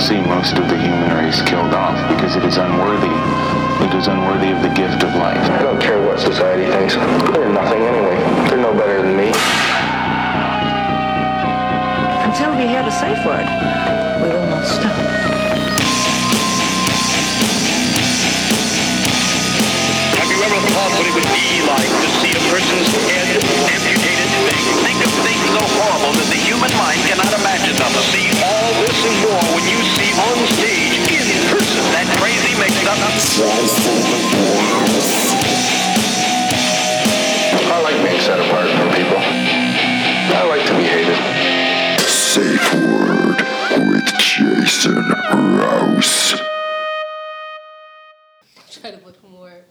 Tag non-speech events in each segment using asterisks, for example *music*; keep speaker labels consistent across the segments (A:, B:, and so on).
A: see most of the human race killed off because it is unworthy. It is unworthy of the gift of life.
B: I don't care what society thinks. They're nothing anyway. They're no better than me.
C: Until we hear the safe word, we will not stop.
D: Have you ever thought what it would be like to see a person's head amputated? Think, think of things so horrible that the human mind cannot imagine them. See all this and more when you see on stage, in person, that crazy mix-up.
B: I like being set apart from people. I like to be hated.
E: Safe Word with Jason Rouse.
F: Try to look more.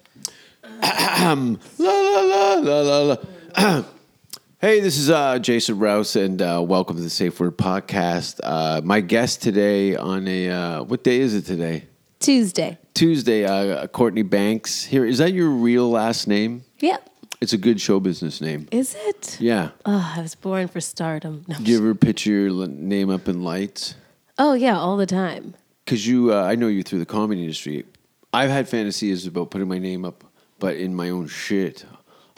G: La la la la la la. *clears throat* hey, this is uh, Jason Rouse, and uh, welcome to the Safe Word Podcast. Uh, my guest today on a uh, what day is it today?
F: Tuesday.
G: Tuesday. Uh, Courtney Banks. Here is that your real last name?
F: Yep.
G: It's a good show business name.
F: Is it?
G: Yeah.
F: Oh, I was born for stardom. No.
G: Do you ever picture your l- name up in lights?
F: oh yeah, all the time.
G: Because you, uh, I know you through the comedy industry. I've had fantasies about putting my name up, but in my own shit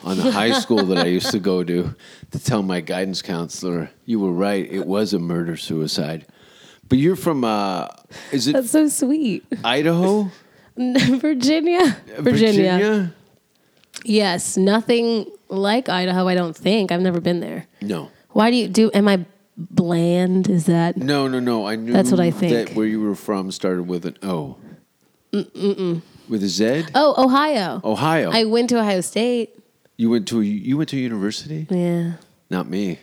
G: on
F: *laughs*
G: the high school that I used to go to to tell my guidance counselor, you were right, it was a murder suicide. But you're from, uh, is it
F: That's so sweet.
G: Idaho?
F: *laughs* Virginia.
G: Uh,
F: Yes, nothing like Idaho. I don't think. I've never been there.
G: No.
F: Why do you do? Am I bland? Is that?
G: No, no, no. I knew
F: That's what I think.
G: that where you were from started with an O. With a Z?
F: Oh, Ohio.
G: Ohio.
F: I went to Ohio State.
G: you went to a, you went to university?
F: Yeah,
G: Not me.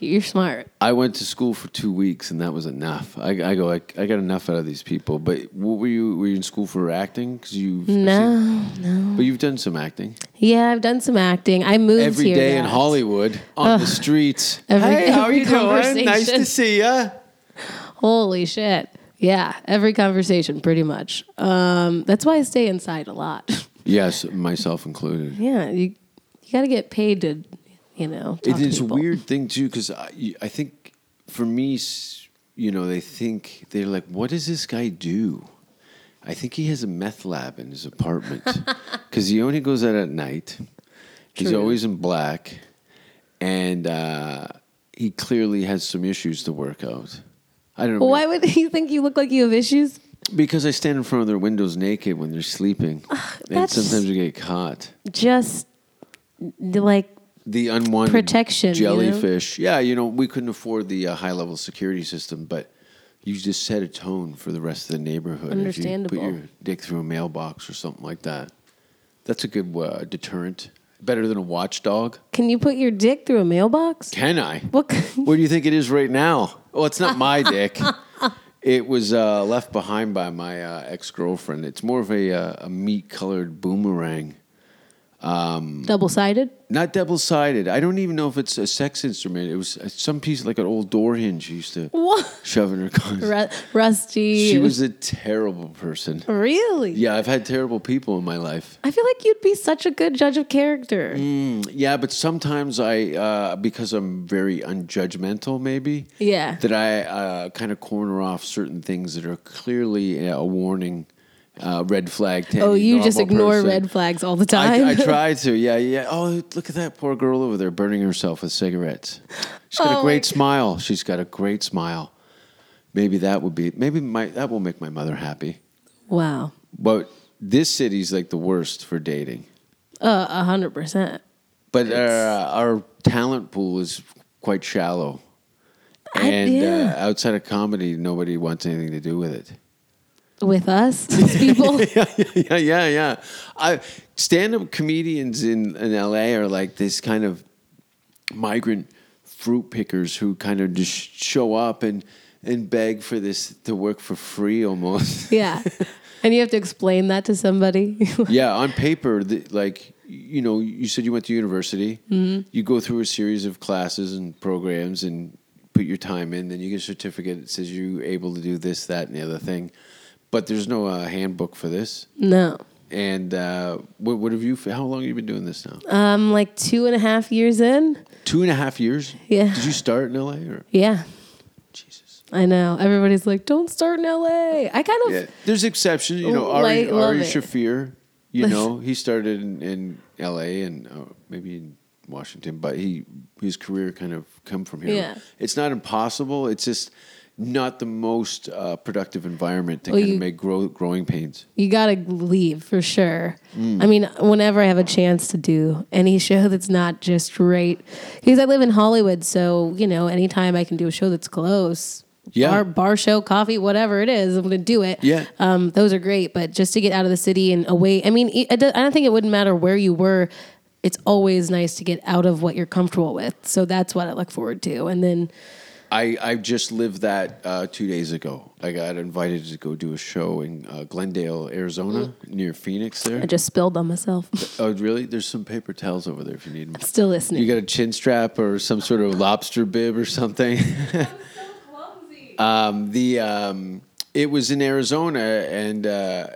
F: you're smart.
G: I went to school for two weeks, and that was enough. I, I go, I, I got enough out of these people. But what were you? Were you in school for acting? Because you
F: No,
G: but you've done some acting
F: Yeah, I've done some acting. I moved
G: every
F: here
G: day in
F: now.
G: Hollywood on the streets.
F: Every-
G: hey, how are
F: every *laughs*
G: you doing? Nice
F: conversation.
G: to see ya.
F: Holy shit! Yeah, every conversation, pretty much. Um, that's why I stay inside a lot. *laughs*
G: Yes, myself included.
F: yeah, you you got to get paid to, you know. Talk
G: It
F: to
G: is a
F: people.
G: weird thing too, because I, I think for me, s- you know, they think they're like, "What does this guy do?" I think he has a meth lab in his
F: *laughs*
G: apartment because he only goes out at night. He's
F: True.
G: always in black, and uh, he clearly has some issues to work out. I don't know
F: Well, why would *laughs* you think you look like you have issues?
G: because I stand in front of their windows naked when they're sleeping, and
F: that's-
G: sometimes we get caught.
F: Just like
G: the unwanted
F: Protection, you know?
G: jellyfish. Yeah, you know we couldn't afford the uh, high level security system, but you just set a tone for the rest of the neighborhood. If
F: Understandable.
G: you put your dick through a mailbox or something like that. That's a good uh, deterrent. Better than a watchdog.
F: Can you put your dick through a mailbox?
G: Can I?
F: What?
G: *laughs*
F: c-
G: Where do you think it is right now? Well, it's
F: *laughs*
G: not my dick. It was uh, left behind by my uh, ex girlfriend. It's more of a, uh, a meat colored boomerang.
F: Double sided?
G: Not double sided. I don't even know if it's a sex instrument. It was uh, some piece like an old door hinge she used to
F: What?
G: shove in her car.
F: Ru- rusty.
G: She was a terrible person.
F: really.
G: Yeah, I've had terrible people in my life.
F: I feel like you'd be such a good judge of character.
G: Mm. Yeah, but sometimes I, uh, because I'm very unjudgmental, maybe.
F: Yeah.
G: That I uh, kind of corner off certain things that are clearly uh, a warning, uh, red flag. To
F: oh,
G: any
F: you just
G: normal
F: ignore
G: person.
F: red flags all the time.
G: I, I try to, yeah, yeah. Oh, look at that poor girl over there burning herself with cigarettes. She's got
F: Oh,
G: a
F: my
G: great
F: God.
G: smile. She's got a great smile. Maybe that would be. Maybe my that will make my mother happy.
F: *laughs* wow.
G: But this city's like the worst for dating.
F: Uh, a hundred percent.
G: But uh, our talent pool is quite shallow,
F: I-
G: and
F: yeah.
G: uh, outside of comedy, nobody wants anything to do with it.
F: With
G: *laughs*
F: us, as people.
G: yeah, yeah, yeah. I stand-up comedians in, in LA are like this kind of migrant fruit pickers who kind of just show up and and beg for this to work for free almost.
F: *laughs* yeah. And you have to explain that to somebody.
G: *laughs*
F: *laughs*
G: yeah, on paper, the, like you know, you said you went to university. mm You go through a series of classes and programs and put your time in. Then you get a certificate that says you're able to do this, that, and the other thing. But there's no uh, handbook for this.
F: no.
G: And uh, what, what have you? How long have you been doing this now?
F: Um, like two and a half years in.
G: Two and a half years.
F: Yeah.
G: Did you start in LA or
F: Yeah.
G: Jesus?
F: I know. Everybody's like, don't start in LA. I kind of,
G: Yeah. There's exceptions, you know.
F: Like,
G: Ari,
F: love
G: Ari
F: it.
G: Shafir,
F: *laughs*
G: you know, he started in, in L.A. and uh, maybe in Washington, but he his career kind of come from here.
F: Yeah.
G: It's not impossible. It's just not the most uh, productive environment to
F: Well,
G: kind
F: you-
G: of make grow, growing pains.
F: you got to leave for sure. I mean, whenever I have a chance to do any show that's not just right, because I live in Hollywood, so, you know, anytime I can do a show that's close,
G: Yeah.
F: bar, bar show, coffee, whatever it is, I'm going to do it.
G: Yeah.
F: Um, those are great, but just to get out of the city and away, I mean, it- I don't I don't think it wouldn't matter where you were. It's always nice to get out of what you're comfortable with. So that's what I look forward to. And then,
G: I, I just lived that uh, two days ago. I got invited to go do a show in uh, Glendale, Arizona, near Phoenix. There,
F: I just spilled on myself. *laughs*
G: oh really? There's some paper towels over there if you need them.
F: Still listening.
G: You got a chin strap or some sort of lobster bib or something. *laughs* um, the um, it was in Arizona, and uh,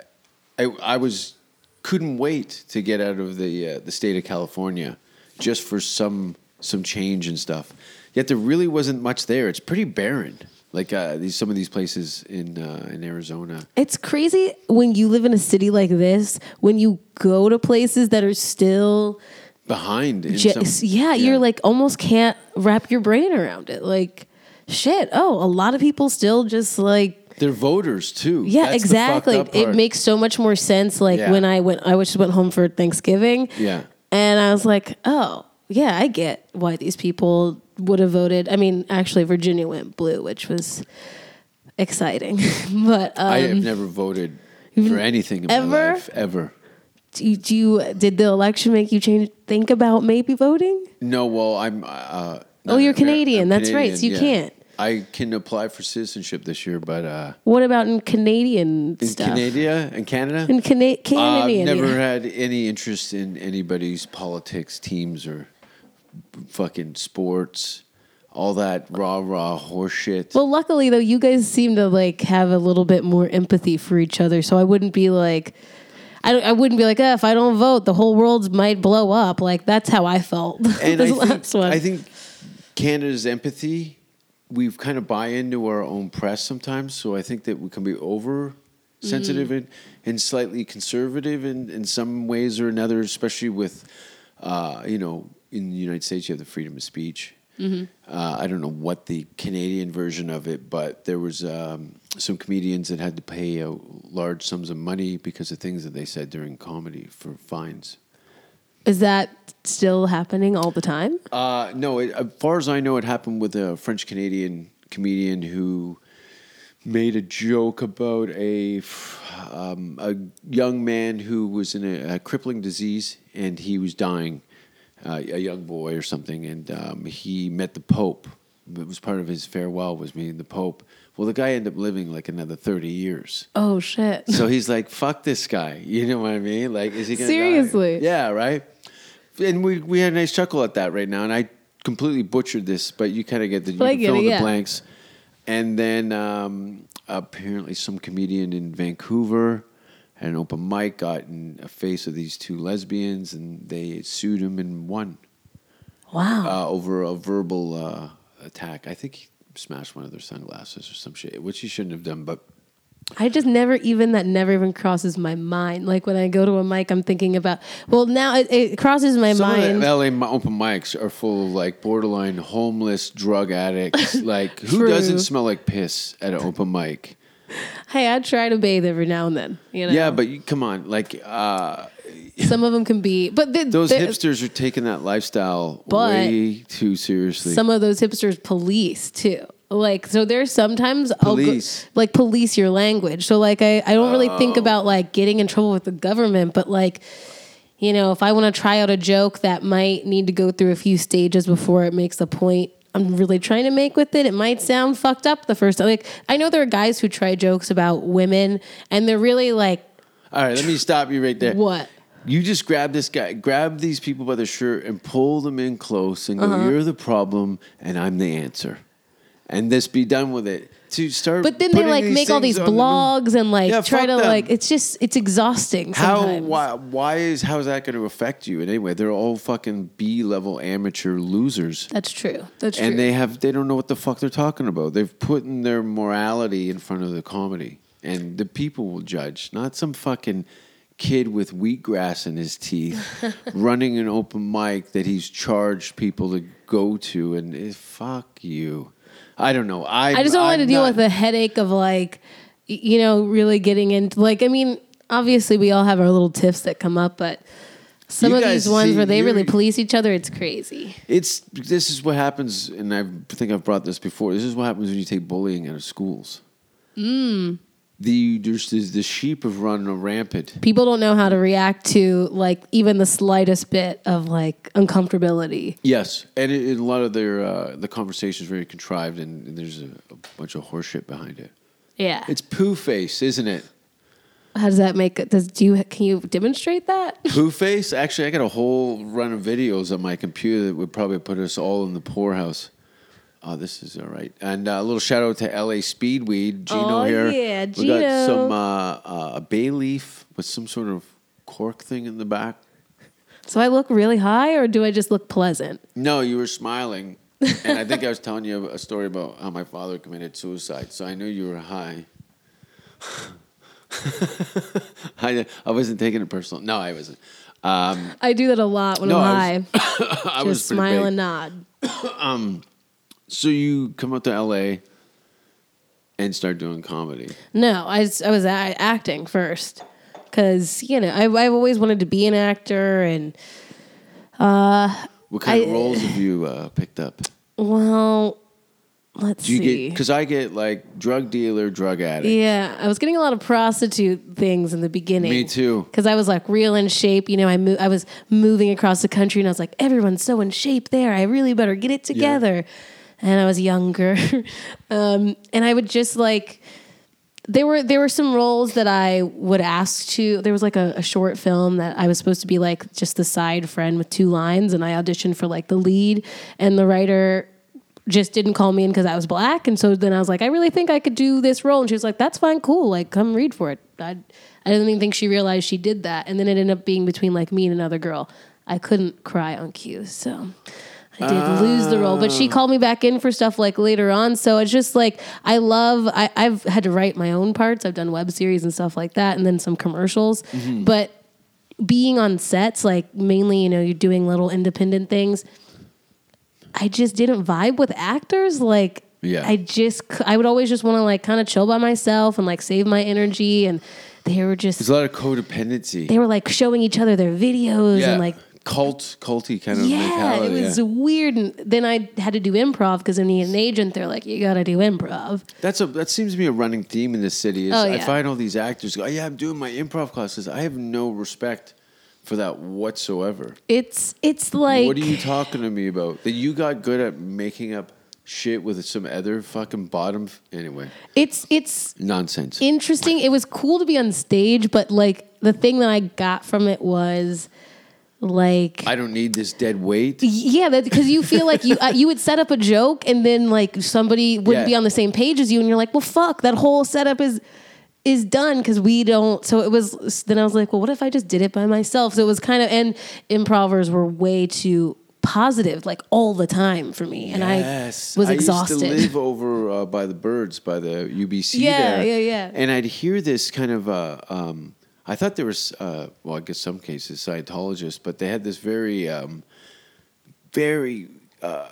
G: I, I was couldn't wait to get out of the uh, the state of California just for some some change and stuff. Yet there really wasn't much there. It's pretty barren. Like uh, these some of these places in uh, in Arizona.
F: It's crazy when you live in a city like this, when you go to places that are still
G: Behind, in
F: ju-
G: some-
F: yeah, you're like almost can't wrap your brain around it. Like shit, oh, a lot of people still just like
G: they're voters too.
F: yeah,
G: That's the fucked
F: exactly.
G: up
F: It
G: part.
F: makes so much more sense like
G: Yeah.
F: when I went I just went home for Thanksgiving.
G: Yeah.
F: And I was like, "Oh, yeah, I get why these people would have voted. I mean, actually Virginia went blue, which was exciting. *laughs* but um,
G: I have never voted for anything in my
F: Ever?
G: life ever.
F: do you, do you did the election make you change think about maybe voting?
G: No, well, I'm. Uh,
F: Oh, you're Canadian. That's right, so you can't.
G: I can apply for citizenship this year, but uh,
F: What about in Canadian
G: in
F: stuff?
G: Canada and Canada, Uh,
F: in Cana- Canadian,
G: I've never
F: yeah.
G: had any interest in anybody's politics, teams, or fucking sports. All that rah rah horseshit.
F: well, luckily though, you guys seem to like have a little bit more empathy for each other, so I wouldn't be like, I, don't- I wouldn't be like, "Ah, if I don't vote, the whole world might blow up. Like that's how I felt. *laughs*
G: and
F: this
G: I think,
F: last one.
G: I think Canada's empathy, we've kind of buy into our own press sometimes. So I think that we can be over sensitive
F: Mm.
G: and, and slightly conservative in, in some ways or another, especially with, uh, you know, in the United States, you have the freedom of speech.
F: Mm-hmm.
G: Uh, I don't know what the Canadian version of it, but there was um, some comedians that had to pay uh, large sums of money because of things that they said during comedy for fines.
F: is that still happening all the time?
G: Uh, no, it, as far as I know, it happened with a French Canadian comedian who made a joke about a um, a young man who was in a, a crippling disease and he was dying, uh, a young boy or something, and um, he met the Pope. It was part of his farewell was meeting the Pope. Well, the guy ended up living like another thirty years.
F: Oh shit!
G: So he's like, "Fuck this guy." *laughs* You know what I mean? Like, is he gonna die?
F: Seriously?
G: Yeah, right. And we we had a nice chuckle at that right now, and I completely butchered this, but you kind of get the you
F: But I
G: can
F: get
G: fill
F: it,
G: in the
F: yeah.
G: blanks. And then um, apparently, some comedian in Vancouver at an open mic got in a face of these two lesbians, and they sued him and won
F: Wow.
G: uh, over a verbal uh, attack. I think he smashed one of their sunglasses or some shit, which he shouldn't have done, but.
F: I just never even that never even crosses my mind. Like when I go to a mic, I'm thinking about. Well, now it, it crosses my
G: Some
F: mind.
G: of the LA m- open mics are full of like borderline homeless drug
F: *laughs*
G: addicts. like who
F: True.
G: doesn't smell like piss at an open mic?
F: hey, I try to bathe every now and then. You know,
G: Yeah, but you, come on, like uh,
F: some of them can be. But the,
G: those
F: the-
G: hipsters are taking that lifestyle
F: But-
G: way too seriously.
F: some of those hipsters police too. Like so, there's sometimes
G: Police. Oh.
F: I'll go, like police your language. So like I, I don't really think about like getting in trouble with the government, but like. You know, if I want to try out a joke that might need to go through a few stages before it makes the point I'm really trying to make with it, it might sound fucked up the first time. Like, I know there are guys who try jokes about women and they're really like,
G: All right, let me stop you right there.
F: what?
G: You just grab this guy, grab these people
F: Uh-huh.
G: by the shirt and pull them in close and go, You're the problem and I'm the answer. and this be done with it. To start,
F: But then they
G: putting
F: like make all
G: things
F: these
G: on the-
F: blogs and like
G: Yeah,
F: try
G: fuck
F: to
G: them.
F: like it's just it's exhausting.
G: How
F: sometimes.
G: why why is how is that going to affect you in any way? They're all fucking B level amateur losers,
F: That's true. That's true.
G: and they have they don't know what the fuck they're talking about. They've put in their morality in front of the comedy, and the people will judge, not some fucking kid with wheatgrass in his teeth
F: *laughs*
G: running an open mic that he's charged people to go to, and eh, fuck you. I don't know. I
F: I just don't
G: I'm
F: want to deal
G: not-
F: with the headache of like, y- you know, really getting into like. I mean, obviously we all have our little tiffs that come up, but some
G: You
F: of
G: guys
F: these ones
G: see-
F: where they
G: you-
F: really police each other, it's crazy.
G: It's this is what happens, and I think I've brought this before. This is what happens when you take bullying out of schools. Mm. The there's, there's the sheep have run rampant.
F: People don't know how to react to like even the slightest bit of like uncomfortability.
G: Yes, and it, and a lot of their uh, the conversation is very contrived, and, and there's a, a bunch of horseshit behind it.
F: Yeah.
G: It's poo face, isn't it?
F: how does that make it? Does do you can you demonstrate that? *laughs*
G: Poo face. Actually, I got a whole run of videos on my computer that would probably put us all in the poorhouse. Oh, this is all right. And uh, a little shout out to LA Speedweed, Gino
F: Oh,
G: here.
F: yeah,
G: We got
F: Gino.
G: some uh, uh, a bay leaf with some sort of cork thing in the back.
F: so I look really high, or do I just look pleasant?
G: No, you were smiling, and I
F: *laughs*
G: think I was telling you a story about how my father committed suicide. So I knew you were high. *laughs* I I wasn't taking it personal. No, I wasn't. Um,
F: I do that a lot when
G: No, *coughs* I
F: I'm
G: was-
F: high.
G: I
F: just
G: was pretty
F: smile
G: big.
F: and nod.
G: So you come out to LA and start doing comedy.
F: No, I, s- I was a- acting first because you know I, I've always wanted to be an actor and
G: What kind of
F: I-
G: roles have you uh, picked up?
F: well, let's
G: Do you
F: see.
G: get because I get like drug dealer, drug addict.
F: yeah, I was getting a lot of prostitute things in the beginning.
G: Me too.
F: Because I was like real in shape, you know. I mo- I was moving across the country, and I was like, everyone's so in shape there. I really better get it together. And I was younger, *laughs* um, and I would just like there were there were some roles that I would ask to. There was like a, a short film that I was supposed to be like just the side friend with two lines, and I auditioned for like the lead, and the writer just didn't call me in because I was black, and so then I was like, I really think I could do this role, and she was like, That's fine, cool, like come read for it. I I didn't even think she realized she did that, and then it ended up being between like me and another girl. I couldn't cry on cue, so. I did lose the role, but she called me back in for stuff like later on. So it's just like I love. I, I've had to write my own parts. I've done web series and stuff like that, and then some commercials. But being on sets, like mainly, you know, you're doing little independent things. I just didn't vibe with actors. Like,
G: Yeah.
F: I just, c- I would always just want to like kind of chill by myself and like save my energy. And they were
G: There's
F: just,
G: a lot of codependency.
F: they were like showing each other their videos and like
G: cult, culty kind of
F: yeah, it
G: mentality.
F: was
G: yeah.
F: weird. And then I had to do improv because when you need an agent, they're like, you got to do improv.
G: That's a that seems to be a running theme in this city. Is
F: Oh,
G: I
F: yeah.
G: find all these actors go, "Oh, yeah, I'm doing my improv classes. I have no respect for that whatsoever.
F: It's it's like
G: what are you talking to me about? That you got good at making up shit with some other fucking bottom f- anyway.
F: it's it's
G: Nonsense.
F: interesting. It was cool to be on stage, but like the thing that I got from it was like
G: I don't need this dead weight.
F: Yeah, because you feel like you uh, you would set up a joke and then like somebody wouldn't
G: Yeah.
F: be on the same page as you, and you're like, well, fuck, that whole setup is is done because we don't. So it was. Then I was like, well, what if I just did it by myself? So it was kind of and improvers were way too positive like all the time for me, and I was exhausted.
G: I used to live over uh, by the birds, by the UBC.
F: Yeah,
G: there,
F: yeah, yeah.
G: And I'd hear this kind of. Uh, um, I thought there was, uh, well, I guess some cases Scientologists, but they had this very, um, very uh,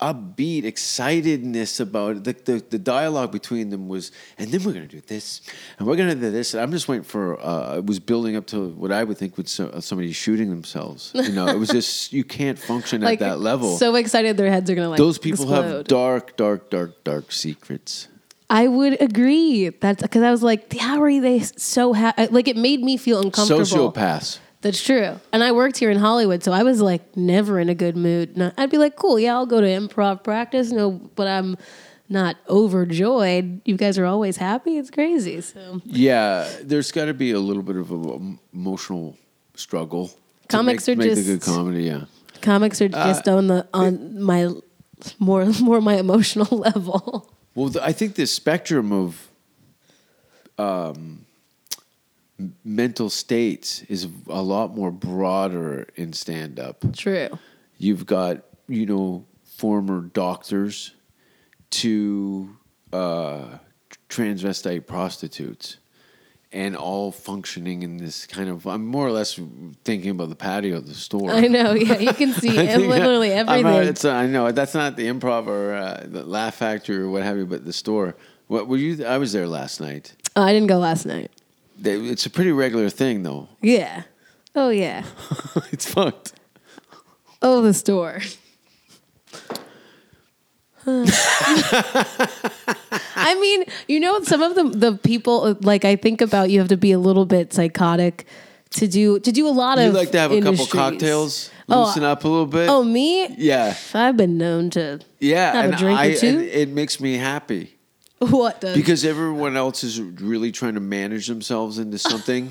G: upbeat excitedness about it. The, the the dialogue between them was, and then we're gonna do this, and we're gonna do this. And I'm just waiting for. Uh, it was building up to what I would think would so, uh, somebody shooting themselves. You know, it was just you can't function
F: like
G: at that level
F: so excited their heads are gonna like
G: those people have
F: explode.
G: dark, dark, dark, dark secrets.
F: I would agree. That's because I was like, how are they so happy? Like it made me feel uncomfortable.
G: Sociopaths.
F: That's true. And I worked here in Hollywood, so I was like never in a good mood. Not, I'd be like, cool, yeah, I'll go to improv practice. No, but I'm not overjoyed. You guys are always happy. It's crazy. So
G: Yeah, there's got to be a little bit of an emotional struggle. to
F: Comics
G: make-
F: are
G: make the
F: just-
G: good comedy. Yeah,
F: comics are just on the on my more more my emotional *laughs* level.
G: Well, th- I think the spectrum of um, m- mental states is a lot more broader in stand up.
F: True.
G: You've got, you know, former doctors to uh, transvestite prostitutes and all functioning in this kind of. I'm more or less thinking about the patio of the store.
F: I know. Yeah, you can see
G: *laughs* I think I-
F: literally
G: I'm
F: everything.
G: not- it's, uh, I know that's not the improv or uh, the Laugh Factory or what have you, but the store. What were you? I was there last night.
F: Oh, I didn't go last night.
G: They, it's a pretty regular thing, though. *laughs*
F: Yeah. Oh yeah.
G: it's fucked.
F: Oh, the store. *laughs* I mean, you know, some of the the people like I think about. You have to be a little bit psychotic to do to do a lot
G: You
F: of.
G: like to have a
F: industries.
G: couple cocktails,
F: Oh,
G: loosen up a little bit.
F: Oh, me?
G: yeah,
F: I've been known to
G: yeah.
F: have
G: and
F: a drink
G: I,
F: or two.
G: and it makes me happy
F: what does?
G: because everyone else is really trying to manage themselves
F: *laughs*
G: into something.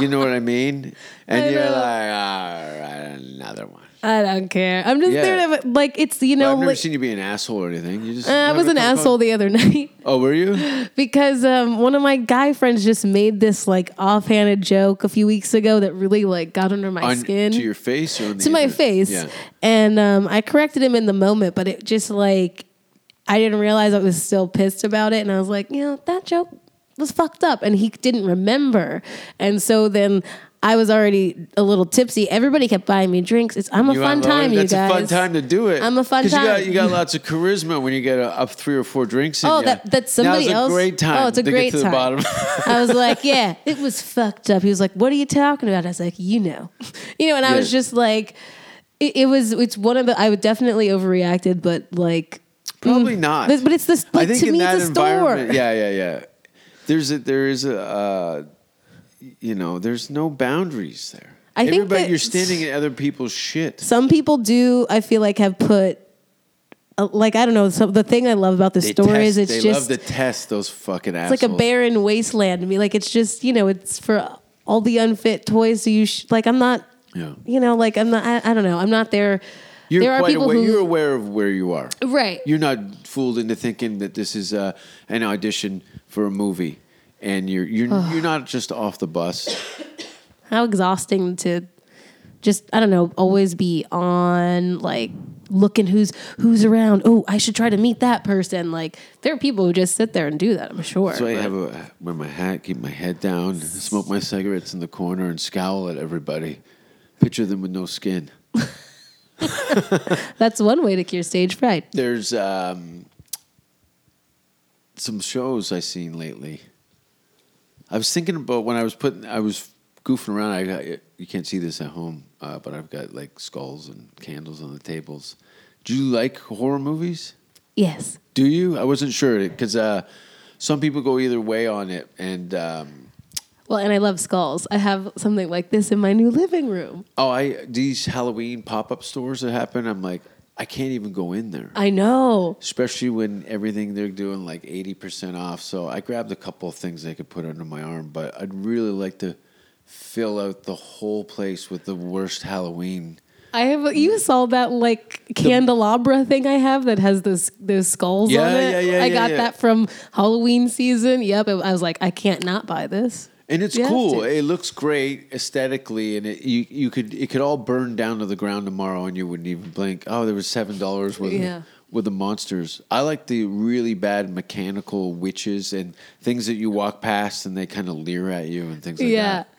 G: you know what I mean? And
F: I
G: you're
F: know.
G: like, all right, another one.
F: I don't care. I'm just
G: Yeah.
F: there to have, a- like it's you know
G: I've never
F: like,
G: seen you be an asshole or anything. You just
F: Uh, I
G: have
F: was
G: a
F: an
G: couple-
F: asshole the other *laughs* night.
G: Oh, were you?
F: *laughs* because um, one of my guy friends just made this like offhanded joke a few weeks ago that really like got under my
G: On-
F: skin
G: to your face or on the
F: To my
G: internet?
F: face
G: Yeah.
F: and um, i corrected him in the moment but it just like i didn't realize i was still pissed about it and i was like you know that joke was fucked up and he didn't remember and so then I was already a little tipsy. Everybody kept buying me drinks. It's I'm a
G: You
F: fun
G: unload it?
F: time, you
G: That's
F: guys.
G: a fun time to do it.
F: I'm a fun
G: 'Cause You got,
F: time.
G: you got lots of charisma when you get uh, up three or four drinks. In
F: Oh,
G: ya.
F: that- that's somebody
G: Now's
F: else?
G: A great time.
F: Oh, it's a
G: to
F: great
G: get to
F: time. *laughs*
G: the bottom.
F: I was like, yeah, it was fucked up. He was like, what are you talking about? I was like, you know, *laughs* you know, and I was
G: Yeah.
F: just like, it, it was, it's one of the, I would definitely overreacted, but like,
G: Probably
F: Mm.
G: not.
F: But- but it's this-
G: I think
F: to
G: in
F: me,
G: that
F: it's a store.
G: environment- Yeah, yeah, yeah. There's a there is a uh, you know there's no boundaries there.
F: I think
G: Everybody,
F: that-
G: you're standing in other people's shit.
F: some people do, I feel like have put, uh, like, I don't know, some, the thing I love about this
G: They
F: store
G: test-
F: is it's
G: they
F: just,
G: love to test those fucking
F: it's
G: assholes.
F: like a barren wasteland to me. Like, it's just, you know, it's for all the unfit toys. So you sh- like, I'm not,
G: Yeah.
F: you know, like I'm not, I, I don't know. I'm not there.
G: You're
F: there are
G: quite
F: people
G: aware.
F: who,
G: you're aware of where you are.
F: Right.
G: You're not fooled into thinking that this is uh, an audition for a movie, and you're you're you're not just off the bus.
F: how exhausting to just I don't know always be on like looking who's who's around. Oh, I should try to meet that person. Like there are people who just sit there and do that. I'm sure.
G: So I have a wear my hat, keep my head down, smoke my cigarettes in the corner, and scowl at everybody. Picture them with no skin.
F: That's one way to cure stage fright.
G: There's um, some shows I've seen lately. I was thinking about when I was putting, I was goofing around. I got you can't see this at home, uh, but I've got like skulls and candles on the tables. Do you like horror movies?
F: Yes.
G: Do you? I wasn't sure because uh, some people go either way on it, and um,
F: Well, and I love skulls. I have something like this in my new living room.
G: oh, I these Halloween pop up stores that happen. I'm like, I can't even go in there.
F: I know.
G: especially when everything they're doing like 80% off so i grabbed a couple of things i could put under my arm but i'd really like to fill out the whole place with the worst halloween
F: I have. You saw that like candelabra thing I have that has those those skulls
G: Yeah,
F: on it.
G: yeah, yeah,
F: I
G: yeah,
F: got
G: yeah.
F: that from Halloween season. Yep. I was like, I can't not buy this.
G: and it's
F: You have
G: cool
F: to.
G: it looks great aesthetically and it, you, you could it could all burn down to the ground tomorrow and you wouldn't even blink oh there was $7 worth of-
F: Yeah.
G: with the monsters i like the really bad mechanical witches and things that you walk past and they kind of leer at you and things like
F: Yeah.
G: that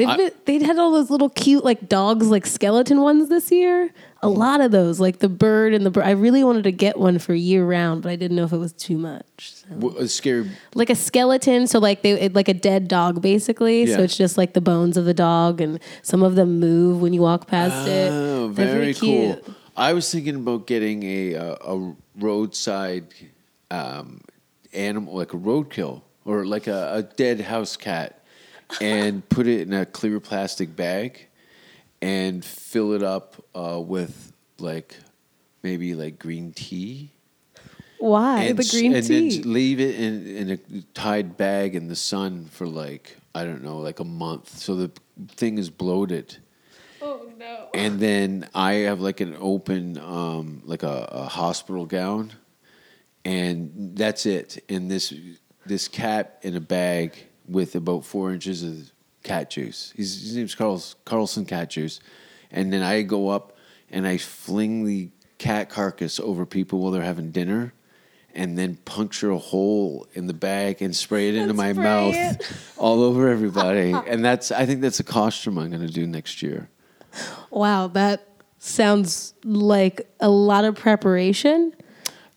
F: They've
G: I-
F: been, they'd had all those little cute like dogs like skeleton ones this year. A lot of those, like the bird and the bird. I really wanted to get one for year round, but I didn't know if it was too much. So.
G: W- a uh, scary
F: Like a skeleton, so like they it, like a dead dog basically.
G: Yeah.
F: So it's just like the bones of the dog, and some of them move when you walk past it.
G: Oh,
F: They're
G: very cool.
F: cute.
G: I was thinking about getting a uh, a roadside um, animal, like a roadkill or like a, a dead house cat, and put it in a clear plastic bag, and fill it up uh, with like maybe like green tea.
F: Why the
G: s-
F: green
G: and then
F: tea?
G: s- leave it in, in a tied bag in the sun for like I don't know, like a month, so the thing is bloated.
F: oh no.
G: and then I have like an open, um, like a, a hospital gown, and that's it. And this this cat in a bag with about four inches of cat juice. His, his name's Carl's Carlson Cat Juice, and then I go up and I fling the cat carcass over people while they're having dinner. And then puncture a hole in the bag and spray it into my
F: Spray
G: mouth *laughs*
F: it.
G: all over everybody. and that's, I think that's a costume I'm going to do next year.
F: Wow, that sounds like a lot of preparation,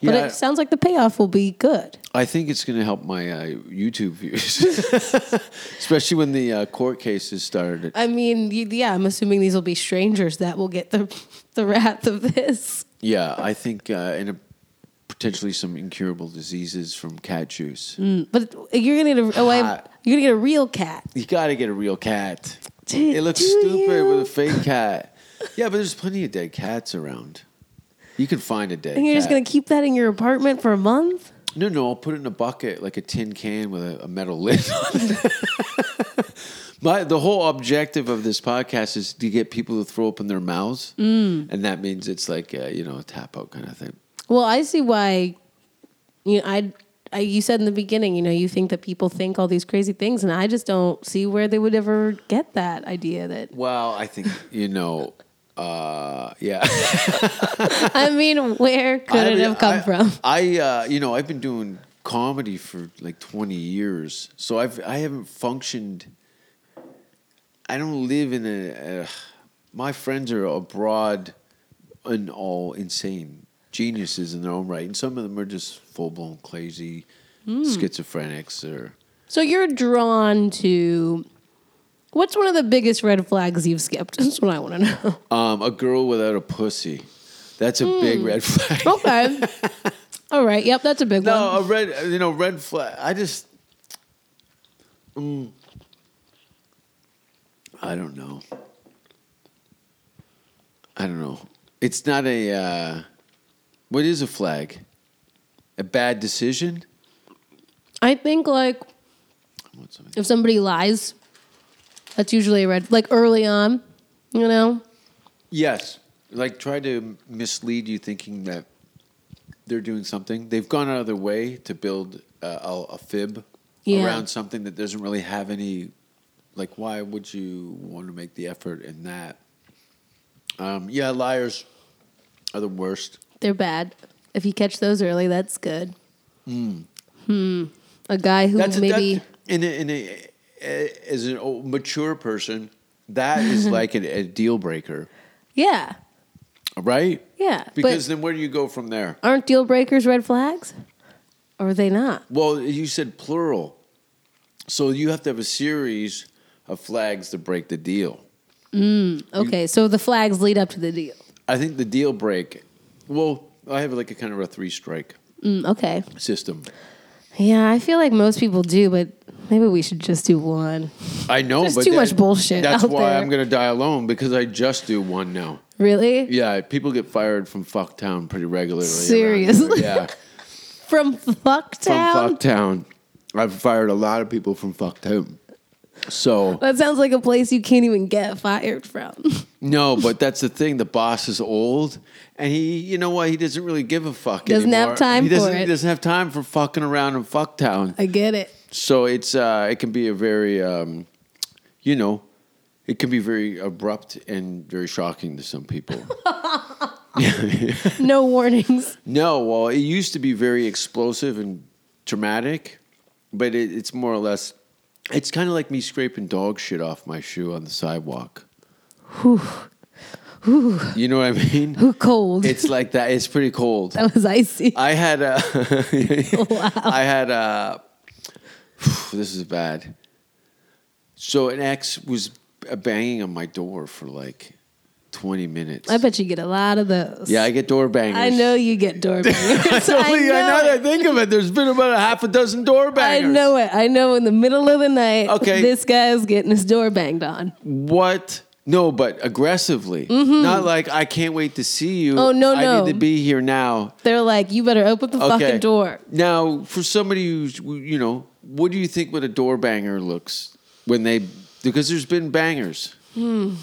F: but
G: Yeah.
F: it sounds like the payoff will be good.
G: I think it's going to help my uh, YouTube views, *laughs* especially when the uh, court cases started.
F: I mean, y- yeah, I'm assuming these will be strangers that will get the the wrath of this.
G: Yeah, I think uh, and uh potentially some incurable diseases from cat juice.
F: But you're gonna get a, oh, I,
G: Hot.
F: you're gonna get a real cat.
G: You got to get a real cat.
F: Do-
G: It looks
F: do
G: stupid
F: you?
G: with a
F: *laughs*
G: fake cat. Yeah, but there's plenty of dead cats around. You can find a dead.
F: And you're just
G: cat.
F: gonna keep that in your apartment for a month?
G: No, no, I'll put it in a bucket like a tin can with a, a metal lid *laughs* on it.
F: *laughs*
G: My, the whole objective of this podcast is to get people to throw up in their mouths. Mm. And that means it's like, uh, you know, a tap out kind of thing.
F: Well, I see why. You know, I, I you said in the beginning, you know, you think that people think all these crazy things, and I just don't see where they would ever get that idea.
G: *laughs*
F: That
G: Well, I think, you know, uh, yeah. *laughs*
F: I mean, where could it
G: I
F: have come
G: I-
F: from?
G: I, uh, you know, I've been doing comedy for like 20 years, so I've I haven't functioned. I don't live in a. Uh, my friends are abroad, and all insane geniuses in their own right, and some of them are just full blown crazy,
F: Hmm.
G: schizophrenics, or
F: So you're drawn to. What's one of the biggest red flags you've skipped? *laughs* That's what I want to know.
G: um, a girl without a pussy. That's a
F: Hmm.
G: big red flag.
F: Oh, Okay. *laughs* All right. Yep, that's a big
G: No, um,
F: one.
G: a red, you know, red flag. I just, Mm. I don't know. I don't know. It's not a. Uh, what is a flag? A bad decision.
F: I think like
G: What's something-
F: if somebody lies, that's usually a red. Like early on, you know.
G: Yes, like try to mislead you thinking that they're doing something. They've gone out of their way to build a, a, a fib
F: Yeah.
G: around something that doesn't really have any. Like, why would you want to make the effort in that? Um, yeah, liars are the worst.
F: They're bad. If you catch those early, that's good. Hmm. A guy who
G: That's
F: maybe
G: that, in a, in a, a, as an old, mature person,
F: *laughs*
G: that is like a, a deal breaker,
F: yeah
G: right?
F: yeah.
G: Because
F: but
G: then where do you go from there?
F: aren't deal breakers red flags? Or are they not?
G: Well, you said plural. So you have to have a series of flags to break the deal.
F: Okay, so the flags lead up to the deal.
G: I think the deal break, well, I have like a kind of a three strike
F: Mm, okay.
G: system.
F: Yeah, I feel like most people do, but maybe we should just do one.
G: I know,
F: There's
G: but
F: too much bullshit
G: That's
F: out
G: why
F: there.
G: I'm going to die alone because I just do one now.
F: Really?
G: Yeah, people get fired from Fucktown pretty regularly. around here.
F: Seriously? *laughs*
G: Yeah,
F: From Fucktown?
G: from Fucktown. I've fired a lot of people from Fucktown. So
F: That sounds like a place you can't even get fired from. *laughs*
G: No, but that's the thing. The boss is old, and he, you know what? He doesn't really give a fuck.
F: Doesn't have
G: anymore.
F: time
G: he doesn't,
F: for it.
G: He doesn't have time for fucking around in fucktown.
F: I get it.
G: So it's uh, it can be a very, um, you know, it can be very abrupt and very shocking to some people. *laughs*
F: No warnings. *laughs*
G: no, well, it used to be very explosive and dramatic, but it, it's more or less. It's kind of like me scraping dog shit off my shoe on the sidewalk. You know what I mean?
F: Who cold?
G: It's like that. It's pretty
F: *laughs*
G: cold.
F: that was icy.
G: I had a. *laughs* I had a. *sighs* This is bad. So an ex was banging on my door for like twenty minutes.
F: I bet you get a lot of those.
G: Yeah, I get door bangers.
F: I
G: *laughs*
F: know you get door bangers.
G: It's only-
F: *laughs* I
G: now
F: know
G: that I
F: it.
G: think of it, there's been about a half a dozen door
F: I
G: bangers.
F: know it. I know in the middle of the night,
G: Okay.
F: this guy's getting his door banged on.
G: What? No, but aggressively. Not like I can't wait to see you.
F: Mm-hmm. Oh, no,
G: I
F: no.
G: need to be here now.
F: They're like, you better open the fucking door.
G: Now, for somebody who's you know, what do you think what a door banger looks when they because there's been bangers.
F: what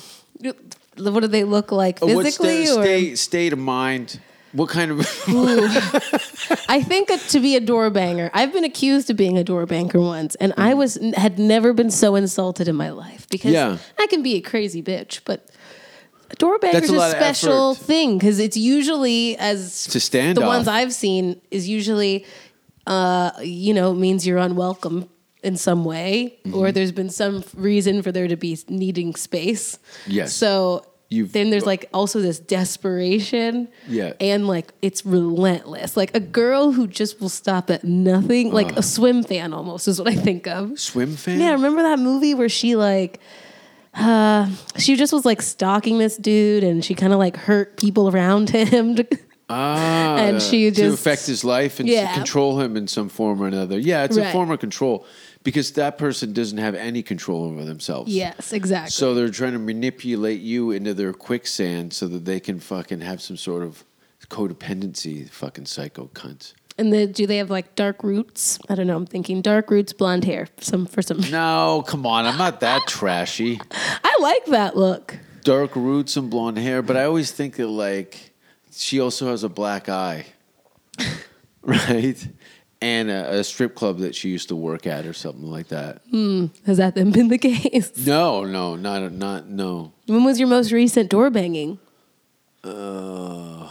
F: do they look like
G: Uh, What's
F: physically?
G: their
F: or
G: state, state of mind? What kind of?
F: I think it- to be a door banger. I've been accused of being a door banger once, and I was had never been so insulted in my life because
G: Yeah.
F: I can be a crazy bitch, but a door banger
G: That's
F: is
G: a
F: a,
G: lot of
F: special
G: effort.
F: thing because it's usually as
G: It's a standoff.
F: the ones I've seen is usually, uh, you know, means you're unwelcome in some way,
G: Mm-hmm.
F: or there's been some reason for there to be needing space.
G: *laughs* Yes.
F: So.
G: You've-
F: then there's like also this desperation
G: Yeah.
F: and like it's relentless. Like a girl who just will stop at nothing, like a swim fan almost is what I think of.
G: Uh. Swim fan?
F: Yeah, remember that movie where she like uh she just was like stalking this dude and she kind of like hurt people around *laughs* him. to-
G: Ah,
F: And she
G: to
F: just-
G: affect his life and to
F: Yeah.
G: control him in some form or another. Yeah, it's a
F: Right.
G: form of control because that person doesn't have any control over themselves.
F: yes, exactly.
G: So they're trying to manipulate you into their quicksand so that they can fucking have some sort of codependency. Fucking psycho cunts.
F: and then do they have like dark roots? I don't know. I'm thinking dark roots, blonde hair. Some for
G: Mm.
F: some.
G: No, come on, I'm not that trashy.
F: I like that look.
G: Dark roots and blonde hair, but I always think that like she also has a black eye, *laughs* right? And a, a strip club that she used to work at or something like that.
F: Has that then been the *laughs* case?
G: No, no, not not no.
F: When was your most recent door banging? Uh,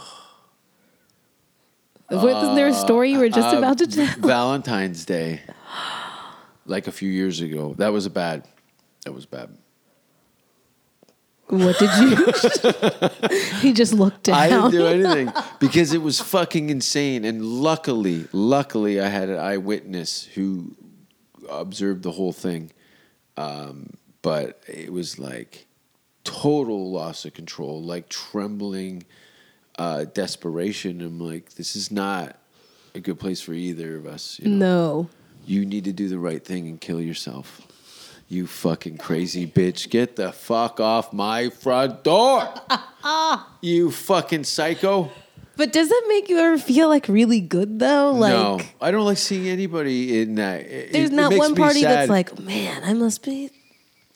F: Wasn't there a story you were just
G: Uh,
F: about to
G: V-
F: tell?
G: *laughs* Valentine's Day, like a few years ago. That was a bad. That was bad.
F: What did you? *laughs* he just looked down.
G: I didn't do anything because it was fucking insane. And luckily, luckily, I had an eyewitness who observed the whole thing. Um, but it was like total loss of control, like trembling, uh, desperation. I'm like, this is not a good place for either of us. You know?
F: no.
G: You need to do the right thing and kill yourself. You fucking crazy bitch. Get the fuck off my
F: *laughs*
G: front door. you fucking psycho.
F: But does that make you ever feel like really good though? Like
G: no, I don't like seeing anybody in that. It-
F: there's
G: it
F: not
G: makes
F: one
G: me
F: party
G: sad.
F: that's like, man, I must be.